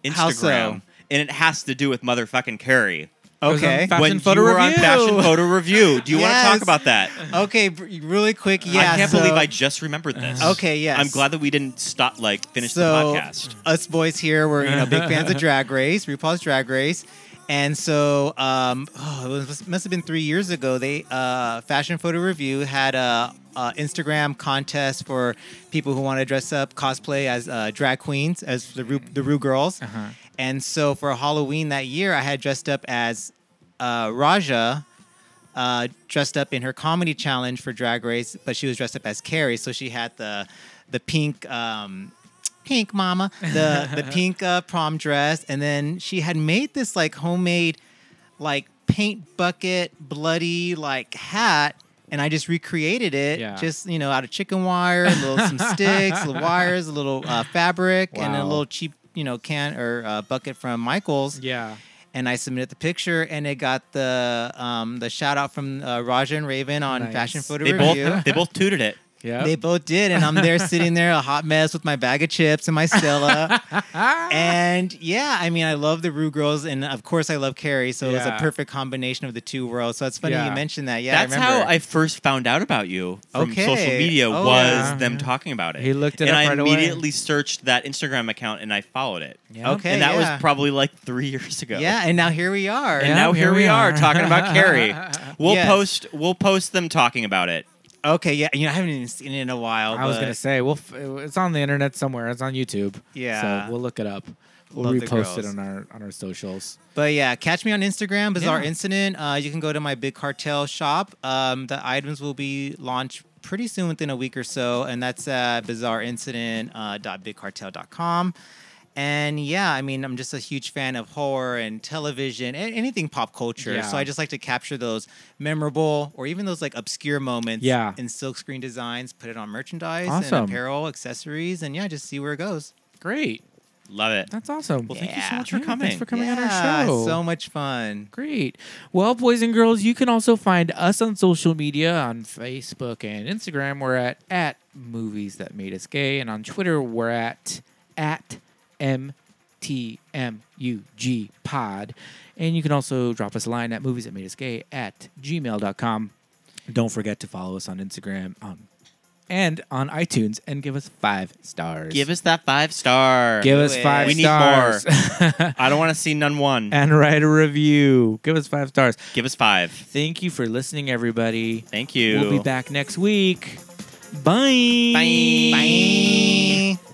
S4: Instagram.
S5: How so?
S4: And it has to do with motherfucking Carrie.
S5: Okay.
S3: Fashion
S4: when
S3: photo
S4: you were
S3: review.
S4: on fashion photo review. Do you want to
S5: Yes.
S4: talk about that?
S5: Okay, br- really quick. Yeah,
S4: I can't
S5: so-
S4: believe I just remembered this.
S5: Okay, yes.
S4: I'm glad that we didn't stop like finish
S5: so
S4: the podcast.
S5: us boys here were you know big fans of Drag Race, RuPaul's Drag Race, and so um, oh, it was, must have been three years ago. They uh, Fashion Photo Review had a, a Instagram contest for people who want to dress up, cosplay as uh, drag queens, as the Ru, the Ru girls.
S4: Uh-huh.
S5: And so for Halloween that year, I had dressed up as uh, Raja uh, dressed up in her comedy challenge for Drag Race, but she was dressed up as Carrie, so she had the the pink. Um, Pink mama, the the pink uh, prom dress, and then she had made this like homemade like paint bucket bloody like hat and I just recreated it
S3: Yeah.
S5: just you know out of chicken wire, a little some sticks, little wires, a little uh, fabric, and a
S3: Wow.
S5: little cheap you know can or uh, bucket from Michaels.
S3: Yeah.
S5: And I submitted the picture, and it got the um, the shout out from uh, Raja and Raven on
S3: Nice.
S5: Fashion Photo
S4: They
S5: Review.
S4: both they both tooted it.
S3: Yeah.
S5: They both did, and I'm there sitting there a hot mess with my bag of chips and my Stella. and yeah, I mean, I love the Rue girls, and of course, I love Carrie, so it was
S3: Yeah.
S5: a perfect combination of the two worlds. So it's funny
S3: Yeah.
S5: you mentioned that. Yeah,
S4: That's
S5: I
S4: how
S5: remember.
S4: I first found out about you from
S5: Okay.
S4: social media
S5: Oh,
S4: was
S5: yeah.
S4: them talking about it.
S3: He looked it
S4: and
S3: up
S4: I
S3: right away.
S4: immediately searched that Instagram account and I followed it.
S3: Yeah.
S5: Okay,
S4: and that
S5: yeah.
S4: was probably like three years ago.
S5: Yeah, and now here we are.
S4: And now here we are talking about Carrie. We'll
S5: Yes.
S4: post we'll post them talking about it.
S5: Okay, yeah, you know, I haven't even seen it in a while.
S3: I was
S5: but
S3: gonna say, well, f- it's on the internet somewhere. It's on YouTube.
S5: Yeah.
S3: so we'll look it up. We'll
S5: Love the
S3: repost it
S5: girls.
S3: on our on our socials.
S5: But yeah, catch me on Instagram, Bizarre
S3: Yeah.
S5: Incident. Uh, you can go to my Big Cartel shop. Um, the items will be launched pretty soon within a week or so, and that's at uh, bizarreincident.bigcartel.com. And yeah, I mean, I'm just a huge fan of horror and television and anything pop culture.
S3: Yeah.
S5: So I just like to capture those memorable or even those like obscure moments
S3: Yeah.
S5: in silkscreen designs, put it on merchandise
S3: Awesome.
S5: and apparel, accessories, and yeah, just see where it goes.
S3: Great,
S4: Love it.
S3: that's awesome.
S4: Well, thank you so
S5: Yeah.
S4: much for
S3: Yeah, Mm,
S4: coming.
S3: Thanks for coming on
S5: Yeah,
S3: our show.
S5: So much fun.
S3: Great. Well, boys and girls, you can also find us on social media on Facebook and Instagram. We're at at movies that made us gay, and on Twitter we're at at mtmug pod. And you can also drop us a line at movies that made us gay at gmail.com. Don't forget to follow us on Instagram um, and on iTunes and give us five stars.
S4: Give us that five star.
S3: give us
S5: it.
S3: five
S4: We need
S3: stars.
S4: I don't want to see none one.
S3: and write a review. Give us five stars.
S4: Give us five.
S3: Thank you for listening, everybody.
S4: Thank you.
S3: We'll be back next week. Bye.
S4: Bye.
S5: Bye.